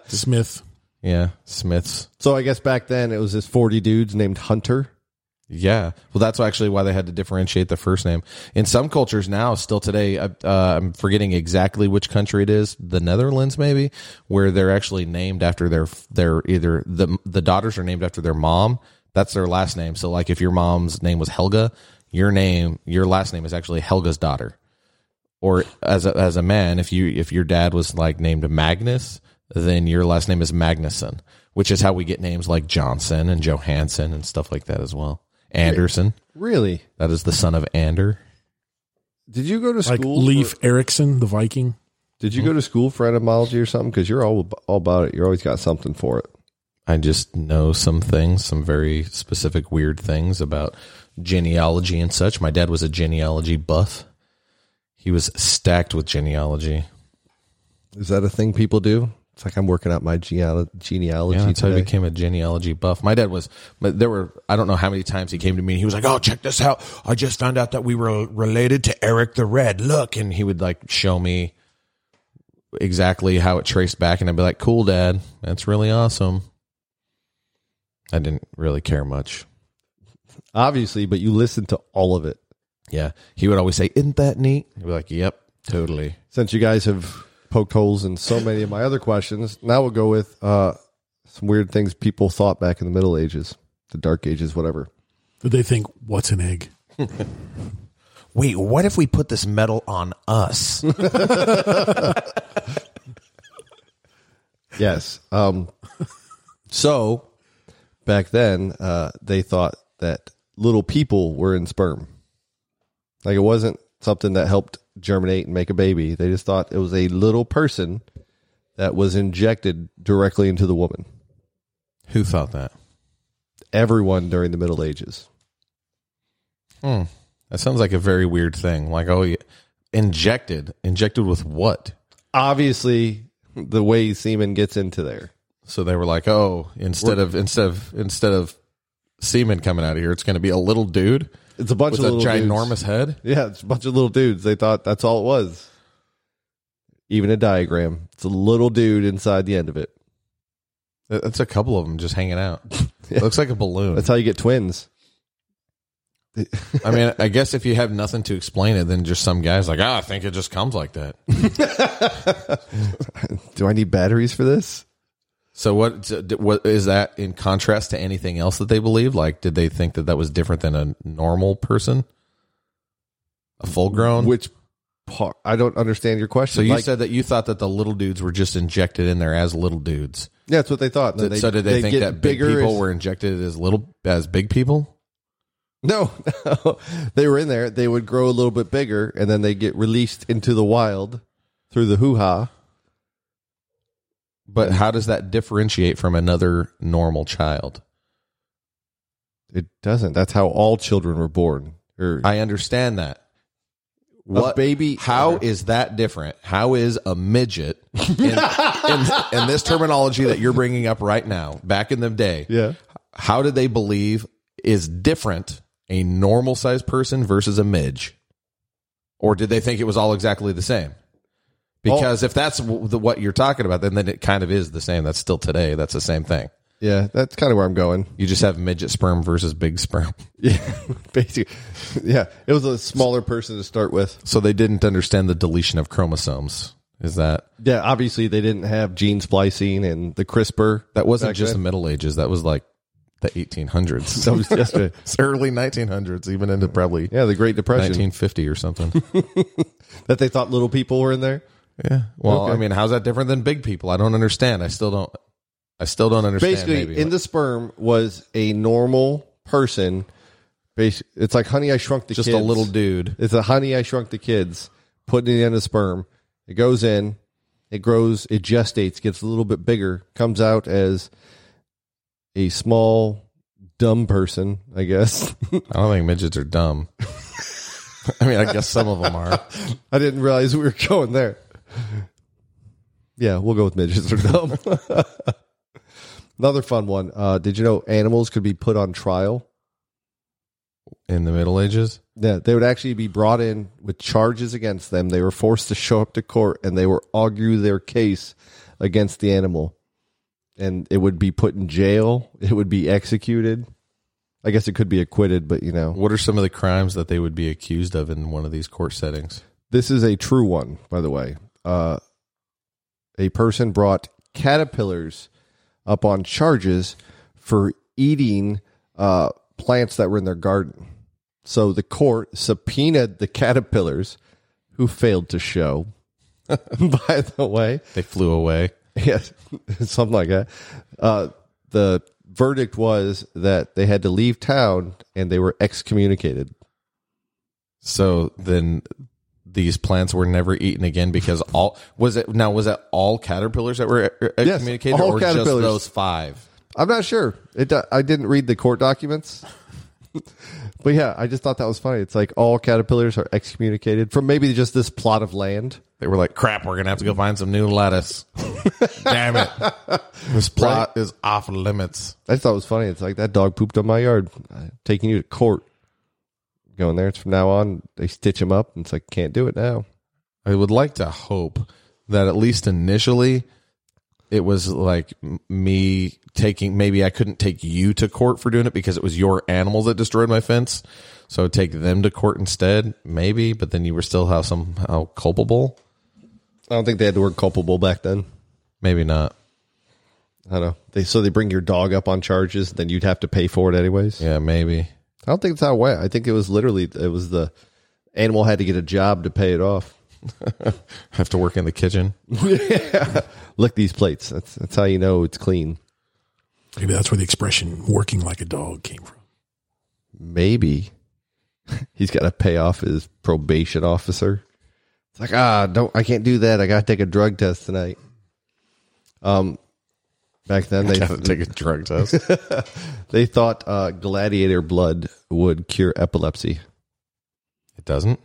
[SPEAKER 2] Smith.
[SPEAKER 3] yeah, Smiths.
[SPEAKER 1] So I guess back then it was this 40 dudes named Hunter.
[SPEAKER 3] Yeah. Well, that's actually why they had to differentiate the first name. In some cultures now, still today, I- uh, I'm forgetting exactly which country it is, the Netherlands maybe, where they're actually named after their their either the the daughters are named after their mom. That's their last name. So like if your mom's name was Helga, your name your last name is actually Helga's daughter. Or as a, as a man, if you if your dad was like named Magnus, then your last name is Magnuson, which is how we get names like Johnson and Johansson and stuff like that as well. Anderson.
[SPEAKER 1] Really?
[SPEAKER 3] That is the son of Ander.
[SPEAKER 1] Did you go to
[SPEAKER 2] Like
[SPEAKER 1] school?
[SPEAKER 2] Leif
[SPEAKER 1] for-
[SPEAKER 2] Erikson, the Viking.
[SPEAKER 1] did you go to school for etymology or something? Because you're all, all about it. You're always got something for it.
[SPEAKER 3] I just know some things, some very specific weird things about genealogy and such. My dad was a genealogy buff. He was stacked with genealogy.
[SPEAKER 1] Is that a thing people do? It's like I'm working out my geneal- genealogy
[SPEAKER 3] Yeah, that's how I
[SPEAKER 1] today.
[SPEAKER 3] became a genealogy buff. My dad was, but there were, I don't know how many times he came to me and he was like, Oh, check this out. I just found out that we were related to Eric the Red. Look. And he would like show me exactly how it traced back. And I'd be like, Cool, dad. That's really awesome. I didn't really care much.
[SPEAKER 1] Obviously, but you listened to all of it.
[SPEAKER 3] Yeah. He would always say, Isn't that neat? I'd be like, Yep, totally.
[SPEAKER 1] Since you guys have poked holes in so many of my other questions, now we'll go with uh, some weird things people thought back in the Middle Ages, the Dark Ages, whatever.
[SPEAKER 2] Did they think, what's an egg?
[SPEAKER 3] Wait, what if we put this metal on us?
[SPEAKER 1] Yes. Um, so back then, uh, they thought that little people were in sperm. Like it wasn't something that helped germinate and make a baby. They just thought it was a little person that was injected directly into the woman.
[SPEAKER 3] Who thought that?
[SPEAKER 1] Everyone during the Middle Ages.
[SPEAKER 3] That sounds like a very weird thing. Like, oh, yeah. injected. Injected with what?
[SPEAKER 1] Obviously, the way semen gets into there.
[SPEAKER 3] So they were like, "Oh, instead of instead of instead of semen coming out of here, it's going to be a little dude
[SPEAKER 1] It's a bunch
[SPEAKER 3] with
[SPEAKER 1] of
[SPEAKER 3] a
[SPEAKER 1] little
[SPEAKER 3] ginormous
[SPEAKER 1] dudes.
[SPEAKER 3] head."
[SPEAKER 1] Yeah, it's a bunch of little dudes. They thought that's all it was. Even a diagram. It's a little dude inside the end of it.
[SPEAKER 3] That- That's a couple of them just hanging out. It looks like a balloon.
[SPEAKER 1] That's how you get twins.
[SPEAKER 3] I mean, I guess if you have nothing to explain it, then just some guy's like, "Ah, I think it just comes like that."
[SPEAKER 1] Do I need batteries for this?
[SPEAKER 3] So what? so d- What is that in contrast to anything else that they believe? Like, did they think that that was different than a normal person, a full grown?
[SPEAKER 1] Which part? I don't understand your question.
[SPEAKER 3] so you
[SPEAKER 1] Like,
[SPEAKER 3] said that you thought that the little dudes were just injected in there as little dudes.
[SPEAKER 1] yeah, that's what they thought. And then
[SPEAKER 3] so did they, think
[SPEAKER 1] get
[SPEAKER 3] that big
[SPEAKER 1] bigger
[SPEAKER 3] people
[SPEAKER 1] as-
[SPEAKER 3] were injected as little as big people?
[SPEAKER 1] No, no. they were in there. They would grow a little bit bigger, and then they get released into the wild through the hoo ha.
[SPEAKER 3] But how does that differentiate from another normal child?
[SPEAKER 1] It doesn't. That's how all children were born. Or
[SPEAKER 3] I understand that. What
[SPEAKER 1] baby-
[SPEAKER 3] How is that different? How is a midget in, in, in this terminology that you're bringing up right now? Back in the day,
[SPEAKER 1] yeah,
[SPEAKER 3] how did they believe is different a normal sized person versus a midge? Or did they think it was all exactly the same? Because if that's w- the, what you're talking about, then, then it kind of is the same. That's still today. That's the same thing.
[SPEAKER 1] yeah. That's kind of where I'm going.
[SPEAKER 3] You just have midget sperm versus big sperm.
[SPEAKER 1] Yeah, basically. Yeah, it was a smaller person to start with.
[SPEAKER 3] So they didn't understand the deletion of chromosomes. Is that
[SPEAKER 1] Yeah, obviously they didn't have gene splicing and the CRISPR.
[SPEAKER 3] that wasn't
[SPEAKER 1] Back
[SPEAKER 3] just
[SPEAKER 1] then.
[SPEAKER 3] the Middle Ages? That was like the 1800s,
[SPEAKER 1] That was just a,
[SPEAKER 3] It's early 1900s, even into probably
[SPEAKER 1] yeah, the Great Depression
[SPEAKER 3] 1950 or something.
[SPEAKER 1] that they thought little people were in there.
[SPEAKER 3] Yeah. Well,
[SPEAKER 1] Okay.
[SPEAKER 3] I mean, how's that different than big people? I don't understand. I still don't. I still don't understand.
[SPEAKER 1] basically
[SPEAKER 3] maybe.
[SPEAKER 1] in the sperm was a normal person Basi- it's like honey i shrunk the
[SPEAKER 3] just
[SPEAKER 1] kids
[SPEAKER 3] a little dude.
[SPEAKER 1] it's a honey i shrunk the kids put it in the sperm it goes in it grows it gestates gets a little bit bigger comes out as a small dumb person i guess
[SPEAKER 3] I don't think midgets are dumb. I mean, I guess some of them are.
[SPEAKER 1] i didn't realize we were going there yeah we'll go with midgets or dumb another fun one uh, did you know animals could be put on trial
[SPEAKER 3] In the Middle Ages,
[SPEAKER 1] Yeah, they would actually be brought in with charges against them. They were forced to show up to court and they were argue their case against the animal. And it would be put in jail. It would be executed. I guess it could be acquitted, but you know.
[SPEAKER 3] what are some of the crimes that they would be accused of in one of these court settings?
[SPEAKER 1] This is a true one, by the way. Uh, a person brought caterpillars up on charges for eating uh, plants that were in their garden. So the court subpoenaed the caterpillars, who failed to show, by the way.
[SPEAKER 3] They flew away.
[SPEAKER 1] Yes, something like that. Uh, the verdict was that they had to leave town and they were excommunicated.
[SPEAKER 3] So then these plants were never eaten again because all was it now was it all caterpillars that were excommunicated
[SPEAKER 1] all
[SPEAKER 3] or just
[SPEAKER 1] caterpillars.
[SPEAKER 3] those five?
[SPEAKER 1] I'm not sure. It. do- I didn't read the court documents. but yeah, I just thought that was funny. It's like all caterpillars are excommunicated from maybe just this plot of land.
[SPEAKER 3] They were like, "Crap, we're gonna have to go find some new lettuce." Damn it! This plot is off limits.
[SPEAKER 1] I just thought it was funny. It's like that dog pooped on my yard. I'm taking you to court. Going there. It's from now on. They stitch him up, and it's like can't do it now.
[SPEAKER 3] I would like to hope that at least initially, it was like m- me taking maybe I couldn't take you to court for doing it because it was your animals that destroyed my fence. So I'd take them to court instead, maybe, but then you were still how somehow culpable.
[SPEAKER 1] I don't think they had the word culpable back then.
[SPEAKER 3] Maybe not.
[SPEAKER 1] I don't know. They so they bring your dog up on charges, then you'd have to pay for it anyways.
[SPEAKER 3] Yeah, maybe.
[SPEAKER 1] I don't think it's how it went. I think it was literally it was the animal had to get a job to pay it off.
[SPEAKER 3] I have to work in the kitchen.
[SPEAKER 1] Lick these plates. That's that's how you know it's clean.
[SPEAKER 2] Maybe that's where the expression working like a dog came from.
[SPEAKER 1] Maybe he's got to pay off his probation officer. It's like ah, don't I can't do that. I got to take a drug test tonight. Um, back then they
[SPEAKER 3] Gotta take a drug test.
[SPEAKER 1] they thought uh, gladiator blood would cure epilepsy.
[SPEAKER 3] it doesn't.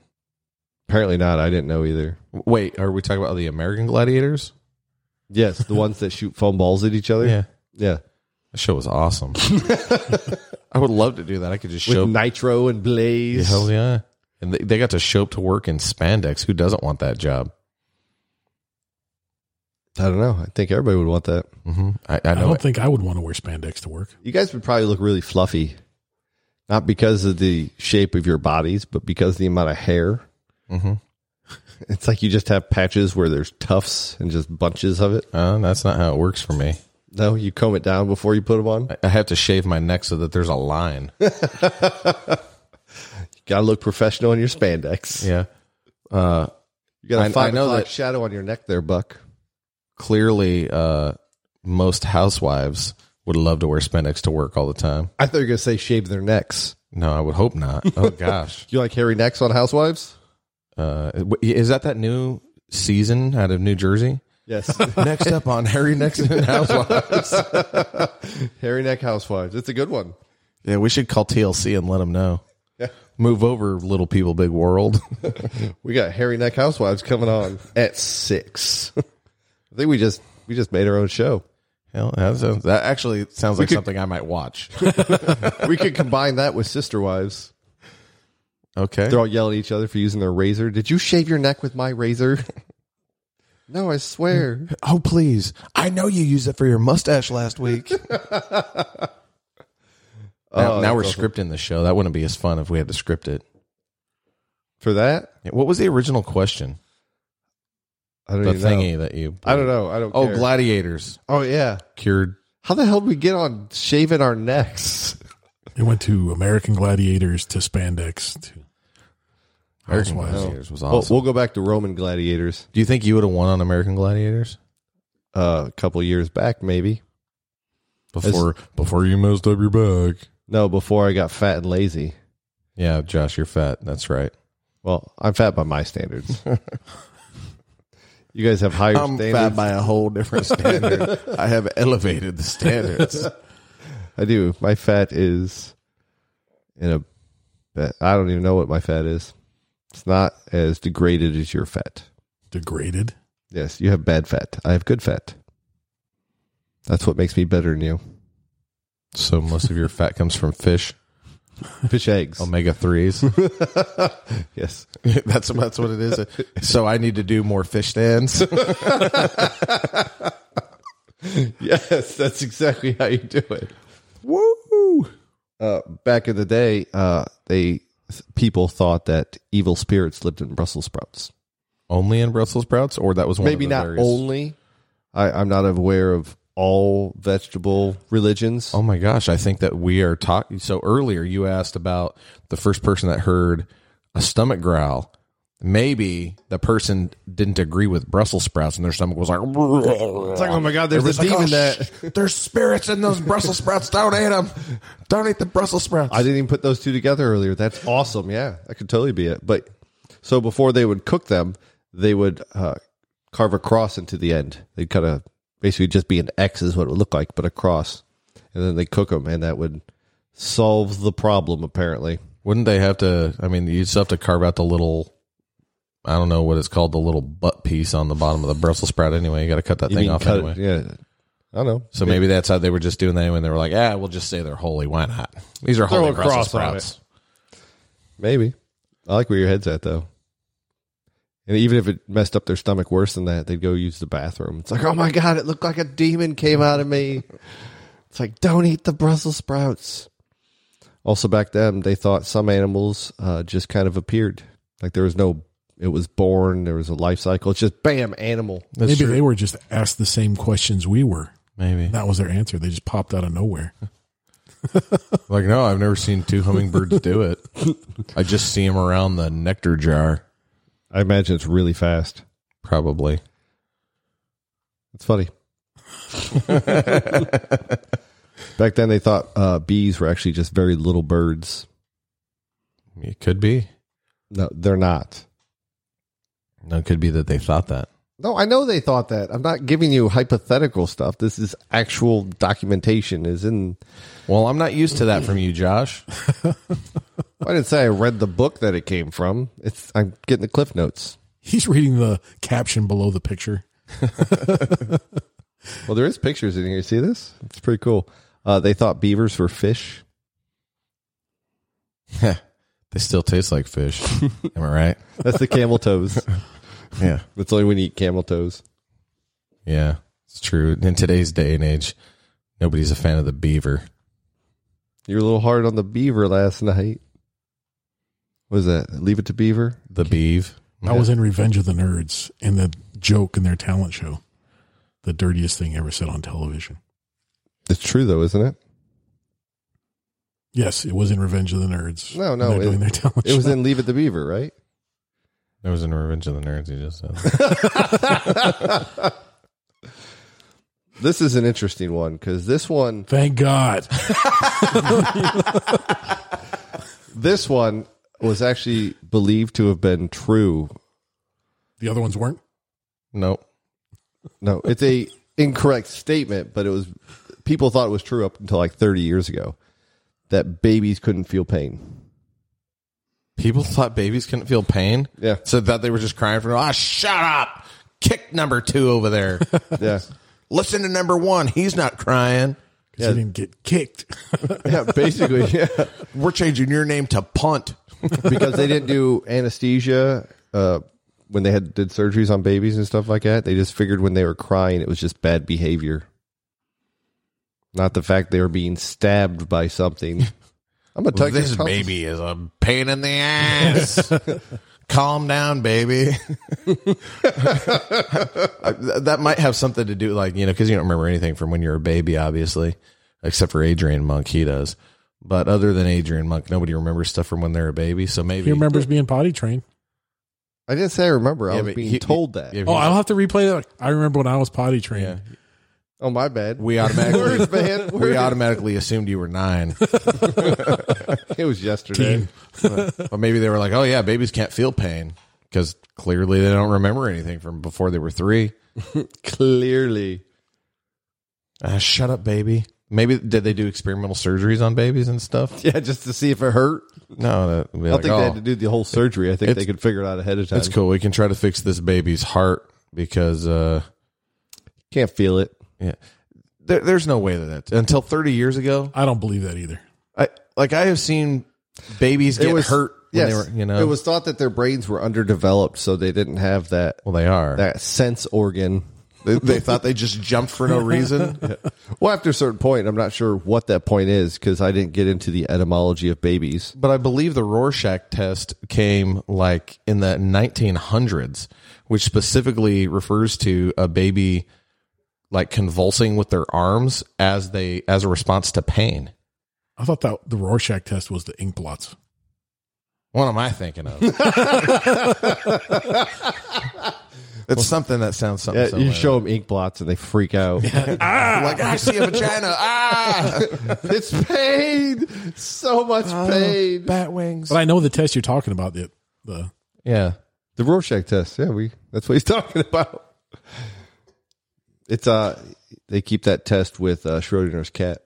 [SPEAKER 1] Apparently not. I didn't know either.
[SPEAKER 3] Wait, are we talking about the American gladiators?
[SPEAKER 1] Yes, the ones that shoot foam balls at each other. yeah.
[SPEAKER 3] That show was awesome. I would love to do that. I could just
[SPEAKER 1] With
[SPEAKER 3] show up.
[SPEAKER 1] nitro and blaze.
[SPEAKER 3] Hell yeah. And they, they got to show up to work in spandex. Who doesn't want that job?
[SPEAKER 1] I don't know. I think everybody would want that.
[SPEAKER 3] hmm I, I
[SPEAKER 2] I
[SPEAKER 3] know
[SPEAKER 2] don't
[SPEAKER 3] it.
[SPEAKER 2] think I would want to wear spandex to work.
[SPEAKER 1] You guys would probably look really fluffy, not because of the shape of your bodies, but because of the amount of hair.
[SPEAKER 3] Mhm.
[SPEAKER 1] It's like you just have patches where there's tufts and just bunches of it.
[SPEAKER 3] Uh, that's not how it works for me.
[SPEAKER 1] No, you comb it down before you put them on.
[SPEAKER 3] I- I have to shave my neck so that there's a line.
[SPEAKER 1] You gotta look professional in your spandex.
[SPEAKER 3] yeah. Uh,
[SPEAKER 1] You got
[SPEAKER 3] I- I
[SPEAKER 1] a five
[SPEAKER 3] know
[SPEAKER 1] o'clock
[SPEAKER 3] that-
[SPEAKER 1] shadow on your neck there, Buck.
[SPEAKER 3] clearly, uh, most housewives would love to wear spandex to work all the time.
[SPEAKER 1] I thought you were gonna say shave their necks.
[SPEAKER 3] No, I would hope not. Oh, gosh.
[SPEAKER 1] You like hairy necks on Housewives?
[SPEAKER 3] Uh, w- is that that new season out of New Jersey?
[SPEAKER 1] Yes,
[SPEAKER 3] Next up on Harry Next Housewives.
[SPEAKER 1] hairy neck Housewives. It's a good one.
[SPEAKER 3] Yeah, we should call TLC and let them know.
[SPEAKER 1] Yeah.
[SPEAKER 3] Move over, little people, big world.
[SPEAKER 1] We got Hairy Neck Housewives coming on at six. I think we just we just made our own show.
[SPEAKER 3] Hell, that, sounds, that actually sounds like something I might watch.
[SPEAKER 1] We could combine that with Sister Wives.
[SPEAKER 3] Okay.
[SPEAKER 1] They're all yelling at each other for using their razor. Did you shave your neck with my razor? No, I swear.
[SPEAKER 3] Oh, please. I know you used it for your mustache last week. Oh, now now we're scripting the show. That wouldn't be as fun if we had to script it.
[SPEAKER 1] For that,
[SPEAKER 3] Yeah, What was the original question?
[SPEAKER 1] I don't
[SPEAKER 3] The
[SPEAKER 1] even know.
[SPEAKER 3] thingy that you.
[SPEAKER 1] I don't know. I don't.
[SPEAKER 3] Oh,
[SPEAKER 1] care.
[SPEAKER 3] gladiators
[SPEAKER 1] oh yeah.
[SPEAKER 3] cured.
[SPEAKER 1] How the hell did we get on shaving our necks?
[SPEAKER 2] It went to American gladiators to spandex to
[SPEAKER 3] American
[SPEAKER 2] Housewives.
[SPEAKER 3] gladiators was
[SPEAKER 1] Well,
[SPEAKER 3] awesome.
[SPEAKER 1] we'll go back to Roman gladiators.
[SPEAKER 3] Do you think you would have won on American gladiators
[SPEAKER 1] Uh, a couple years back, maybe.
[SPEAKER 3] before before you messed up your back?
[SPEAKER 1] No, before I got fat and lazy.
[SPEAKER 3] Yeah, Josh, you're fat. That's right.
[SPEAKER 1] Well, I'm fat by my standards. you guys have higher
[SPEAKER 3] I'm
[SPEAKER 1] standards.
[SPEAKER 3] fat by a whole different standard. I have elevated the standards.
[SPEAKER 1] I do. My fat is in a. I don't even know what my fat is. It's not as degraded as your fat.
[SPEAKER 2] degraded.
[SPEAKER 1] Yes, you have bad fat. I have good fat. That's what makes me better than you.
[SPEAKER 3] So most of your fat comes from fish,
[SPEAKER 1] Fish eggs.
[SPEAKER 3] omega threes.
[SPEAKER 1] yes.
[SPEAKER 3] that's that's what it is. So I need to do more fish stands.
[SPEAKER 1] Yes, that's exactly how you do it.
[SPEAKER 3] Woo!
[SPEAKER 1] Uh, back in the day, uh, they people thought that evil spirits lived in Brussels sprouts.
[SPEAKER 3] Only in Brussels sprouts, or that was one
[SPEAKER 1] maybe
[SPEAKER 3] of the
[SPEAKER 1] not
[SPEAKER 3] various-
[SPEAKER 1] only. I, I'm not aware of all vegetable religions.
[SPEAKER 3] Oh my gosh! I think that we are talking. So earlier you asked about the first person that heard a stomach growl. Maybe the person didn't agree with Brussels sprouts, and their stomach was like,
[SPEAKER 1] oh my God, there's a demon that.
[SPEAKER 3] "There's spirits in those Brussels sprouts. Don't eat them. Don't eat the Brussels sprouts."
[SPEAKER 1] I didn't even put those two together earlier. That's awesome. Yeah, that could totally be it. But so before they would cook them, they would uh, carve a cross into the end. They'd kind of basically just be an X is what it would look like, but a cross. And then they cook them, and that would solve the problem, apparently.
[SPEAKER 3] Wouldn't they have to? I mean, you'd still have to carve out the little. I don't know what it's called, the little butt piece on the bottom of the Brussels sprout. Anyway, you got to cut that thing
[SPEAKER 1] You
[SPEAKER 3] off
[SPEAKER 1] cut
[SPEAKER 3] anyway.
[SPEAKER 1] it- Yeah. I don't know.
[SPEAKER 3] So maybe that's how they were just doing that anyway. And they were like, "Ah, we'll just say they're holy. Why not? These are holy
[SPEAKER 1] a
[SPEAKER 3] Brussels
[SPEAKER 1] cross on
[SPEAKER 3] sprouts."
[SPEAKER 1] Maybe. I like where your head's at, though. And even if it messed up their stomach worse than that, they'd go use the bathroom. It's like, oh my god, it looked like a demon came out of me. It's like, don't eat the Brussels sprouts. Also, back then, they thought some animals uh, just kind of appeared. Like there was no, it was born, there was a life cycle. It's just bam, animal.
[SPEAKER 3] That's
[SPEAKER 2] Maybe
[SPEAKER 3] true.
[SPEAKER 2] they were just asked the same questions we were.
[SPEAKER 3] Maybe.
[SPEAKER 2] That was their answer. They just popped out of nowhere.
[SPEAKER 3] Like, no, I've never seen two hummingbirds do it. I just see them around the nectar jar,
[SPEAKER 1] I imagine it's really fast.
[SPEAKER 3] probably.
[SPEAKER 1] It's funny. Back then, they thought uh, bees were actually just very little birds.
[SPEAKER 3] It could be.
[SPEAKER 1] No, they're not.
[SPEAKER 3] No, it could be that they thought that.
[SPEAKER 1] No, I know they thought that. I'm not giving you hypothetical stuff. This is actual documentation. Is in.
[SPEAKER 3] Well, I'm not used to that from you, Josh.
[SPEAKER 1] I didn't say I read the book that it came from. It's. I'm getting the cliff notes.
[SPEAKER 2] He's reading the caption below the picture.
[SPEAKER 1] Well, there is pictures in here. See this? It's pretty cool. Uh, they thought beavers were fish.
[SPEAKER 3] They still taste like fish. Am I right?
[SPEAKER 1] That's the camel toes.
[SPEAKER 3] Yeah.
[SPEAKER 1] That's only when you eat camel toes.
[SPEAKER 3] Yeah, it's true. In today's day and age, nobody's a fan of the beaver.
[SPEAKER 1] You were a little hard on the beaver last night. What is that? Leave it to beaver.
[SPEAKER 3] The beeve.
[SPEAKER 2] I was in Revenge of the Nerds and the joke in their talent show. The dirtiest thing ever said on television.
[SPEAKER 1] It's true though, isn't it?
[SPEAKER 2] Yes, it was in Revenge of the Nerds.
[SPEAKER 1] No,
[SPEAKER 2] when
[SPEAKER 1] no,
[SPEAKER 2] they're
[SPEAKER 1] it-
[SPEAKER 2] doing their talent
[SPEAKER 1] It was
[SPEAKER 2] show.
[SPEAKER 1] in Leave It to Beaver, right?
[SPEAKER 3] That was in Revenge of the Nerds. He just said.
[SPEAKER 1] This is an interesting one because this one,
[SPEAKER 2] Thank God.
[SPEAKER 1] this one was actually believed to have been true.
[SPEAKER 2] The other ones weren't.
[SPEAKER 3] nope.
[SPEAKER 1] No, it's a incorrect statement, but it was people thought it was true up until like 30 years ago that babies couldn't feel pain.
[SPEAKER 3] People thought babies couldn't feel pain.
[SPEAKER 1] Yeah.
[SPEAKER 3] So that they were just crying for, ah, shut up. Kick number two over there.
[SPEAKER 1] Yeah,
[SPEAKER 3] Listen to number one. He's not crying.
[SPEAKER 2] 'Cause They didn't get kicked.
[SPEAKER 1] yeah, basically, yeah,
[SPEAKER 3] We're changing your name to Punt.
[SPEAKER 1] because they didn't do anesthesia uh, when they had did surgeries on babies and stuff like that. They just figured when they were crying, it was just bad behavior, not the fact they were being stabbed by something. I'm a tuck your
[SPEAKER 3] this
[SPEAKER 1] tongue-
[SPEAKER 3] baby is a pain in the ass. Calm down, baby. that might have something to do, like you know, because you don't remember anything from when you're a baby, obviously, except for Adrian Monk. He does, but other than Adrian Monk, nobody remembers stuff from when they're a baby. So maybe
[SPEAKER 2] He remembers being potty trained.
[SPEAKER 1] I didn't say I remember. I
[SPEAKER 3] Yeah,
[SPEAKER 1] was
[SPEAKER 3] but
[SPEAKER 1] being
[SPEAKER 3] Oh, he-
[SPEAKER 1] told that.
[SPEAKER 3] Yeah,
[SPEAKER 2] Oh, I'll have to replay that. I remember when I was potty trained.
[SPEAKER 3] yeah.
[SPEAKER 1] Oh, my bad.
[SPEAKER 3] we automatically
[SPEAKER 1] Words, man.
[SPEAKER 3] we
[SPEAKER 1] Words.
[SPEAKER 3] automatically assumed you were nine,
[SPEAKER 1] It was yesterday.
[SPEAKER 2] Teen.
[SPEAKER 3] but maybe they were like, oh yeah, babies can't feel pain because clearly they don't remember anything from before they were three.
[SPEAKER 1] Clearly,
[SPEAKER 3] Ah, shut up, baby. Maybe did they do experimental surgeries on babies and stuff?
[SPEAKER 1] yeah, just to see if it hurt.
[SPEAKER 3] No, that would be
[SPEAKER 1] I don't
[SPEAKER 3] like,
[SPEAKER 1] think
[SPEAKER 3] oh,
[SPEAKER 1] they had to do the whole surgery. I think
[SPEAKER 3] It's-
[SPEAKER 1] they could figure it out ahead of time.
[SPEAKER 3] that's cool. We can try to fix this baby's heart because uh,
[SPEAKER 1] Can't feel it.
[SPEAKER 3] yeah, there, there's no way that that's until 30 years ago.
[SPEAKER 2] I don't believe that either.
[SPEAKER 3] I like I have seen babies get
[SPEAKER 1] it was
[SPEAKER 3] hurt. When
[SPEAKER 1] Yes,
[SPEAKER 3] they were, you know,
[SPEAKER 1] it was thought that their brains were underdeveloped, so they didn't have that
[SPEAKER 3] well they are.
[SPEAKER 1] that sense organ.
[SPEAKER 3] they, they thought they just jumped for no reason.
[SPEAKER 1] Well, after a certain point, I'm not sure what that point is because I didn't get into the etymology of babies.
[SPEAKER 3] But I believe the Rorschach test came like in the 1900s, which specifically refers to a baby like convulsing with their arms as they as a response to pain.
[SPEAKER 2] I thought that the Rorschach test was the ink blots.
[SPEAKER 3] What am I thinking of? it's something that sounds something.
[SPEAKER 1] Yeah, you
[SPEAKER 3] similar.
[SPEAKER 1] show them ink blots and they freak out.
[SPEAKER 3] like I see a vagina. Ah,
[SPEAKER 1] it's pain, so much
[SPEAKER 3] Oh,
[SPEAKER 1] pain.
[SPEAKER 3] bat wings.
[SPEAKER 2] But I know the test you're talking about. The, the
[SPEAKER 3] Yeah,
[SPEAKER 1] The Rorschach test. Yeah, we that's what he's talking about. It's uh they keep that test with uh, Schrodinger's cat.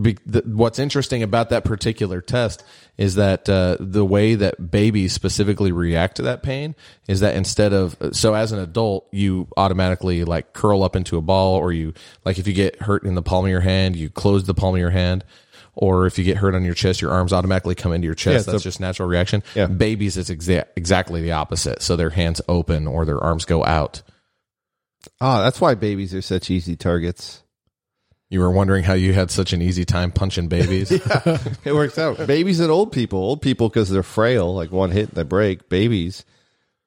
[SPEAKER 3] Be- the, what's interesting about that particular test is that uh, the way that babies specifically react to that pain is that instead of so as an adult you automatically like curl up into a ball or you like if you get hurt in the palm of your hand you close the palm of your hand or if you get hurt on your chest, your arms automatically come into your
[SPEAKER 1] Yeah, it's
[SPEAKER 3] chest. That's
[SPEAKER 1] a-
[SPEAKER 3] just natural reaction.
[SPEAKER 1] Yeah.
[SPEAKER 3] Babies, it's exa- exactly the opposite. So their hands open or their arms go out.
[SPEAKER 1] Ah, that's why babies are such easy targets.
[SPEAKER 3] You were wondering how you had such an easy time punching babies.
[SPEAKER 1] It works out. babies and old people. Old people because they're frail, like one hit and they break. Babies,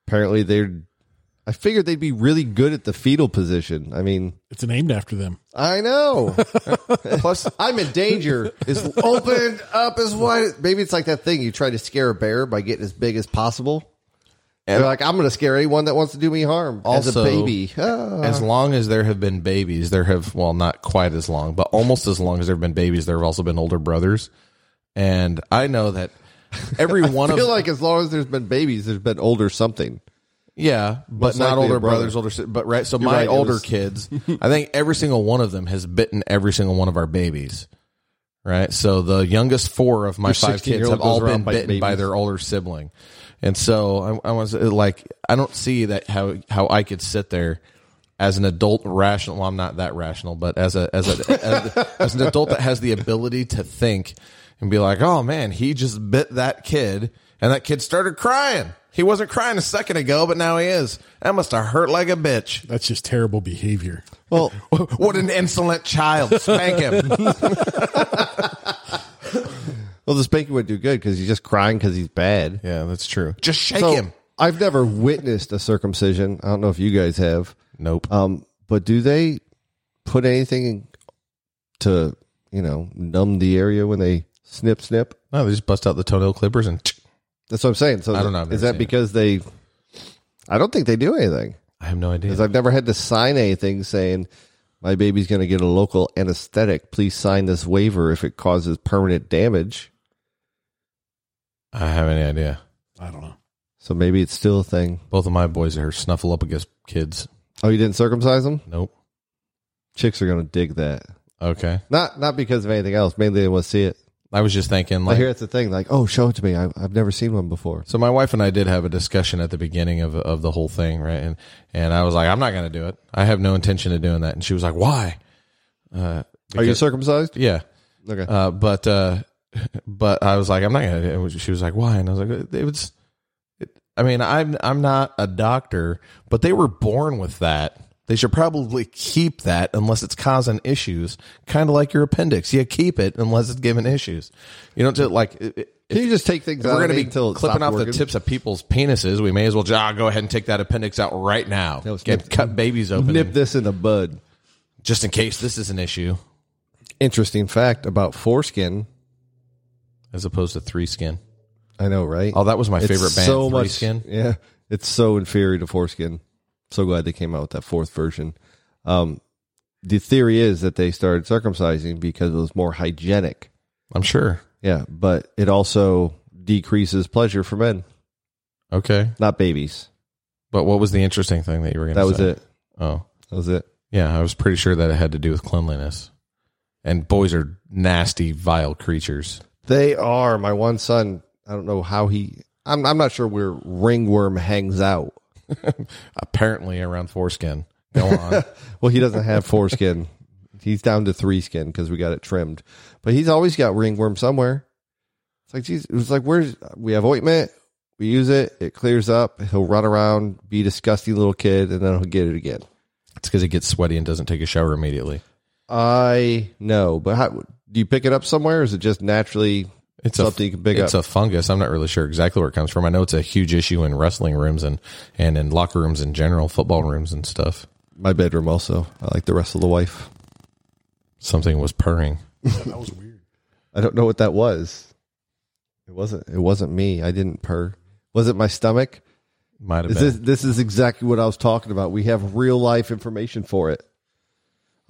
[SPEAKER 1] apparently they're. I figured they'd be really good at the fetal position. I mean,
[SPEAKER 2] It's named after them.
[SPEAKER 1] I know. Plus, I'm in danger. Is open up as wide. Maybe it's like that thing you try to scare a bear by getting as big as possible. And
[SPEAKER 3] And-
[SPEAKER 1] They're like, I'm going to scare anyone that wants to do me harm as a
[SPEAKER 3] Also-
[SPEAKER 1] baby. Ah.
[SPEAKER 3] as long as there have been babies, there have well, not quite as long, but almost as long as there have been babies, there have also been older brothers. And I know that every one
[SPEAKER 1] I
[SPEAKER 3] of
[SPEAKER 1] feel like as long as there's been babies, there's been older something.
[SPEAKER 3] yeah, but
[SPEAKER 1] Most
[SPEAKER 3] not
[SPEAKER 1] likely a
[SPEAKER 3] older
[SPEAKER 1] brother.
[SPEAKER 3] brothers, older si- but right. So my
[SPEAKER 1] right, it
[SPEAKER 3] older
[SPEAKER 1] was-
[SPEAKER 3] kids, I think every single one of them has bitten every single one of our babies. Right, so the youngest four of my five kids
[SPEAKER 1] 16-year-old
[SPEAKER 3] have all
[SPEAKER 1] goes around
[SPEAKER 3] been
[SPEAKER 1] biting
[SPEAKER 3] bitten by
[SPEAKER 1] babies.
[SPEAKER 3] their older sibling, and so I, I was uh, like, I don't see that how how I could sit there as an adult rational. Well, I'm not that rational, but as a as a as, as an adult that has the ability to think and be like, oh man, he just bit that kid, and that kid started crying. He wasn't crying a second ago, but now he is. That must have hurt like a bitch.
[SPEAKER 2] That's just terrible behavior.
[SPEAKER 1] Well,
[SPEAKER 3] What an insolent child! Spank him.
[SPEAKER 1] well, the spanking would do good because he's just crying because he's bad.
[SPEAKER 3] yeah, that's true. Just shake
[SPEAKER 1] So,
[SPEAKER 3] him.
[SPEAKER 1] I've never witnessed a circumcision. I don't know if you guys have.
[SPEAKER 3] Nope.
[SPEAKER 1] Um, but do they put anything to you know numb the area when they snip snip?
[SPEAKER 3] No, they just bust out the toenail clippers and.
[SPEAKER 1] That's what I'm saying. So
[SPEAKER 3] I don't know. I've
[SPEAKER 1] Is that
[SPEAKER 3] never seen it.
[SPEAKER 1] because they? I don't think they do anything
[SPEAKER 3] I have no idea.
[SPEAKER 1] because I've never had to sign anything saying my baby's going to get a local anesthetic. Please sign this waiver if it causes permanent damage.
[SPEAKER 3] I have any idea.
[SPEAKER 2] I don't know.
[SPEAKER 1] So maybe it's still a thing.
[SPEAKER 3] Both of my boys are snuffleupagus kids.
[SPEAKER 1] Oh, you didn't circumcise them?
[SPEAKER 3] Nope.
[SPEAKER 1] Chicks are going to dig that.
[SPEAKER 3] Okay.
[SPEAKER 1] Not not because of anything else. Mainly they want to see it.
[SPEAKER 3] I was just thinking,
[SPEAKER 1] I
[SPEAKER 3] like,
[SPEAKER 1] hear it's a thing. Like, oh, show it to me. I, I've never seen one before.
[SPEAKER 3] so my wife and I did have a discussion at the beginning of of the whole thing, right? And and I was like, I'm not going to do it. I have no intention of doing that. And she was like, Why?
[SPEAKER 1] Are you circumcised?
[SPEAKER 3] Yeah.
[SPEAKER 1] Okay.
[SPEAKER 3] Uh, but uh, but I was like, I'm not going to. do it. She was like, Why? And I was like, It was. It, I mean, I'm I'm not a doctor, but they were born with that. They should probably keep that unless it's causing issues. Kind of like your appendix, you keep it unless it's giving issues. You don't just like. It, it-
[SPEAKER 1] Can you just take things
[SPEAKER 3] If
[SPEAKER 1] out
[SPEAKER 3] we're
[SPEAKER 1] of
[SPEAKER 3] going to
[SPEAKER 1] me
[SPEAKER 3] be
[SPEAKER 1] until it
[SPEAKER 3] clipping
[SPEAKER 1] stopped
[SPEAKER 3] off
[SPEAKER 1] working?
[SPEAKER 3] the tips of people's penises. We may as well just, ah, go ahead and take that appendix out right now.
[SPEAKER 1] let's
[SPEAKER 3] Get,
[SPEAKER 1] nip-
[SPEAKER 3] cut babies open
[SPEAKER 1] Nip
[SPEAKER 3] and-
[SPEAKER 1] this in the bud.
[SPEAKER 3] just in case this is an issue,
[SPEAKER 1] Interesting fact about foreskin.
[SPEAKER 3] as opposed to three skin.
[SPEAKER 1] I know, right?
[SPEAKER 3] Oh, that was my
[SPEAKER 1] It's
[SPEAKER 3] favorite band,
[SPEAKER 1] So
[SPEAKER 3] Three
[SPEAKER 1] much
[SPEAKER 3] Skin.
[SPEAKER 1] Yeah, it's so inferior to foreskin. So glad they came out with that fourth version. Um, the theory is that they started circumcising because it was more hygienic.
[SPEAKER 3] I'm sure.
[SPEAKER 1] Yeah, but it also decreases pleasure for men,
[SPEAKER 3] Okay,
[SPEAKER 1] not babies.
[SPEAKER 3] but what was the interesting thing that you were going to?
[SPEAKER 1] That was it.
[SPEAKER 3] Oh,
[SPEAKER 1] That was it.
[SPEAKER 3] yeah. I was pretty sure that it had to do with cleanliness. And boys are nasty, vile creatures.
[SPEAKER 1] They are. My one son, I don't know how he I'm I'm not sure where ringworm hangs out.
[SPEAKER 3] Apparently, around foreskin. Go on.
[SPEAKER 1] Well, he doesn't have foreskin. He's down to three skin because we got it trimmed. But he's always got ringworm somewhere. It's like, geez, it was like, where's we have ointment? We use it. It clears up. He'll run around, be a disgusting little kid, and then he'll get it again.
[SPEAKER 3] it's because it gets sweaty and doesn't take a shower immediately.
[SPEAKER 1] I know, but how, do you pick it up somewhere? Or is it just naturally
[SPEAKER 3] It's
[SPEAKER 1] something
[SPEAKER 3] a,
[SPEAKER 1] you can pick
[SPEAKER 3] it's
[SPEAKER 1] up?
[SPEAKER 3] a fungus. I'm not really sure exactly where it comes from. I know it's a huge issue in wrestling rooms and and in locker rooms in general, football rooms and stuff.
[SPEAKER 1] My bedroom also. I like the rest of the wife.
[SPEAKER 3] Something was purring.
[SPEAKER 2] Yeah, that was weird.
[SPEAKER 1] I don't know what that was. It wasn't. It wasn't me. I didn't purr. Was it my stomach?
[SPEAKER 3] Might have
[SPEAKER 1] Is
[SPEAKER 3] been.
[SPEAKER 1] this this is exactly what I was talking about. We have real life information for it.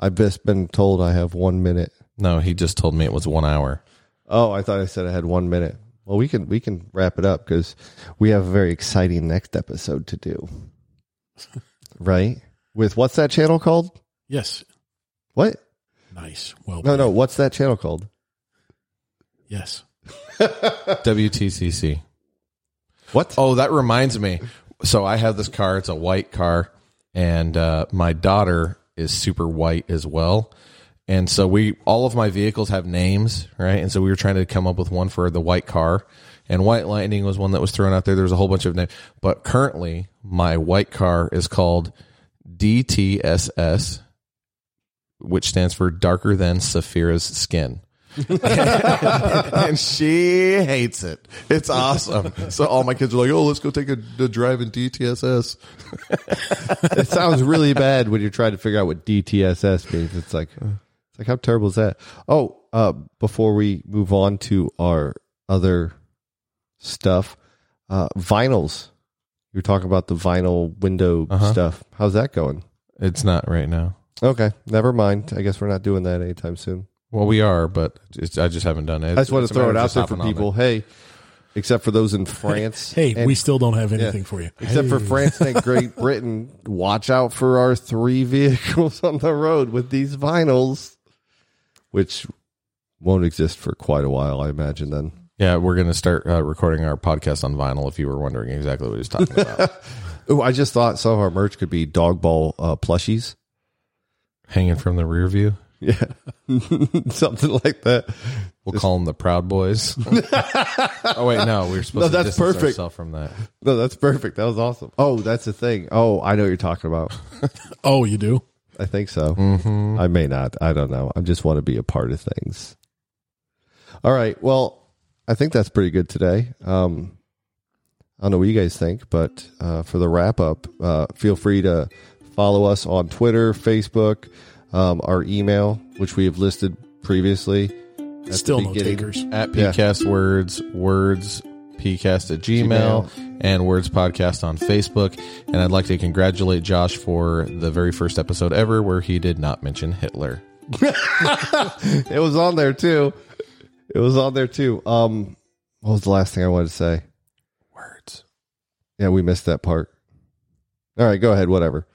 [SPEAKER 1] I've just been told I have one minute.
[SPEAKER 3] no, he just told me it was one hour.
[SPEAKER 1] Oh, I thought I said I had one minute. Well, we can we can wrap it up because we have a very exciting next episode to do. right? With what's that channel called?
[SPEAKER 2] Yes.
[SPEAKER 1] What?
[SPEAKER 2] Nice. Well,
[SPEAKER 1] No, no. What's that channel called?
[SPEAKER 2] yes.
[SPEAKER 3] WTCC.
[SPEAKER 1] What?
[SPEAKER 3] Oh, that reminds me. So I have this car. It's a white car, and uh, my daughter is super white as well. And so we all of my vehicles have names, right? And so we were trying to come up with one for the white car. And White Lightning was one that was thrown out there. There's a whole bunch of names. But currently my white car is called DTSS, which stands for darker than Saphira's skin. and she hates it.
[SPEAKER 4] It's awesome. so all my kids are like, "Oh, let's go take a, a drive in DTSS."
[SPEAKER 1] It sounds really bad when you're trying to figure out what DTSS means. It's like, uh, it's like how terrible is that? Oh, uh, before we move on to our other stuff, uh, vinyls. You were talking about the vinyl window stuff. How's that going?
[SPEAKER 3] It's not right now.
[SPEAKER 1] Okay, never mind. I guess we're not doing that anytime soon.
[SPEAKER 3] Well, we are, but it's, I just haven't done it.
[SPEAKER 1] I just want to throw it out there for
[SPEAKER 3] It's a matter of just hopping on
[SPEAKER 1] people. Hey, except for those in France.
[SPEAKER 2] Hey,
[SPEAKER 1] and-
[SPEAKER 2] we still don't have anything for you.
[SPEAKER 1] Except for France and Great Britain, watch out for our three vehicles on the road with these vinyls, which won't exist for quite a while, I imagine. Then
[SPEAKER 3] Yeah, we're going to start uh, recording our podcast on vinyl. If you were wondering exactly what he's talking about,
[SPEAKER 1] Ooh, I just thought some of our merch could be dog ball uh, plushies.
[SPEAKER 3] hanging from the rear view,
[SPEAKER 1] Yeah, something like that.
[SPEAKER 3] we'll call them the Proud Boys. oh wait, no, we were supposed
[SPEAKER 1] No,
[SPEAKER 3] to
[SPEAKER 1] that's
[SPEAKER 3] distance
[SPEAKER 1] perfect.
[SPEAKER 3] ourselves from that.
[SPEAKER 1] No, that's perfect. That was awesome. Oh, that's the thing. Oh, I know what you're talking about.
[SPEAKER 2] Oh, you do?
[SPEAKER 1] I think so. I may not. I don't know. I just want to be a part of things. All right. Well, I think that's pretty good today. Um, I don't know what you guys think, but uh, for the wrap up, uh, feel free to follow us on Twitter, Facebook, um, our email, which we have listed previously. at the
[SPEAKER 2] Still no
[SPEAKER 1] beginning.
[SPEAKER 2] takers.
[SPEAKER 3] At
[SPEAKER 1] Yeah.
[SPEAKER 3] PCast Words, Words PCast at Gmail, and Words Podcast on Facebook. And I'd like to congratulate Josh for the very first episode ever where he did not mention Hitler.
[SPEAKER 1] It was on there too. It was on there too. Um, what was the last thing I wanted to say?
[SPEAKER 3] Words.
[SPEAKER 1] Yeah, we missed that part. All right, go ahead. Whatever.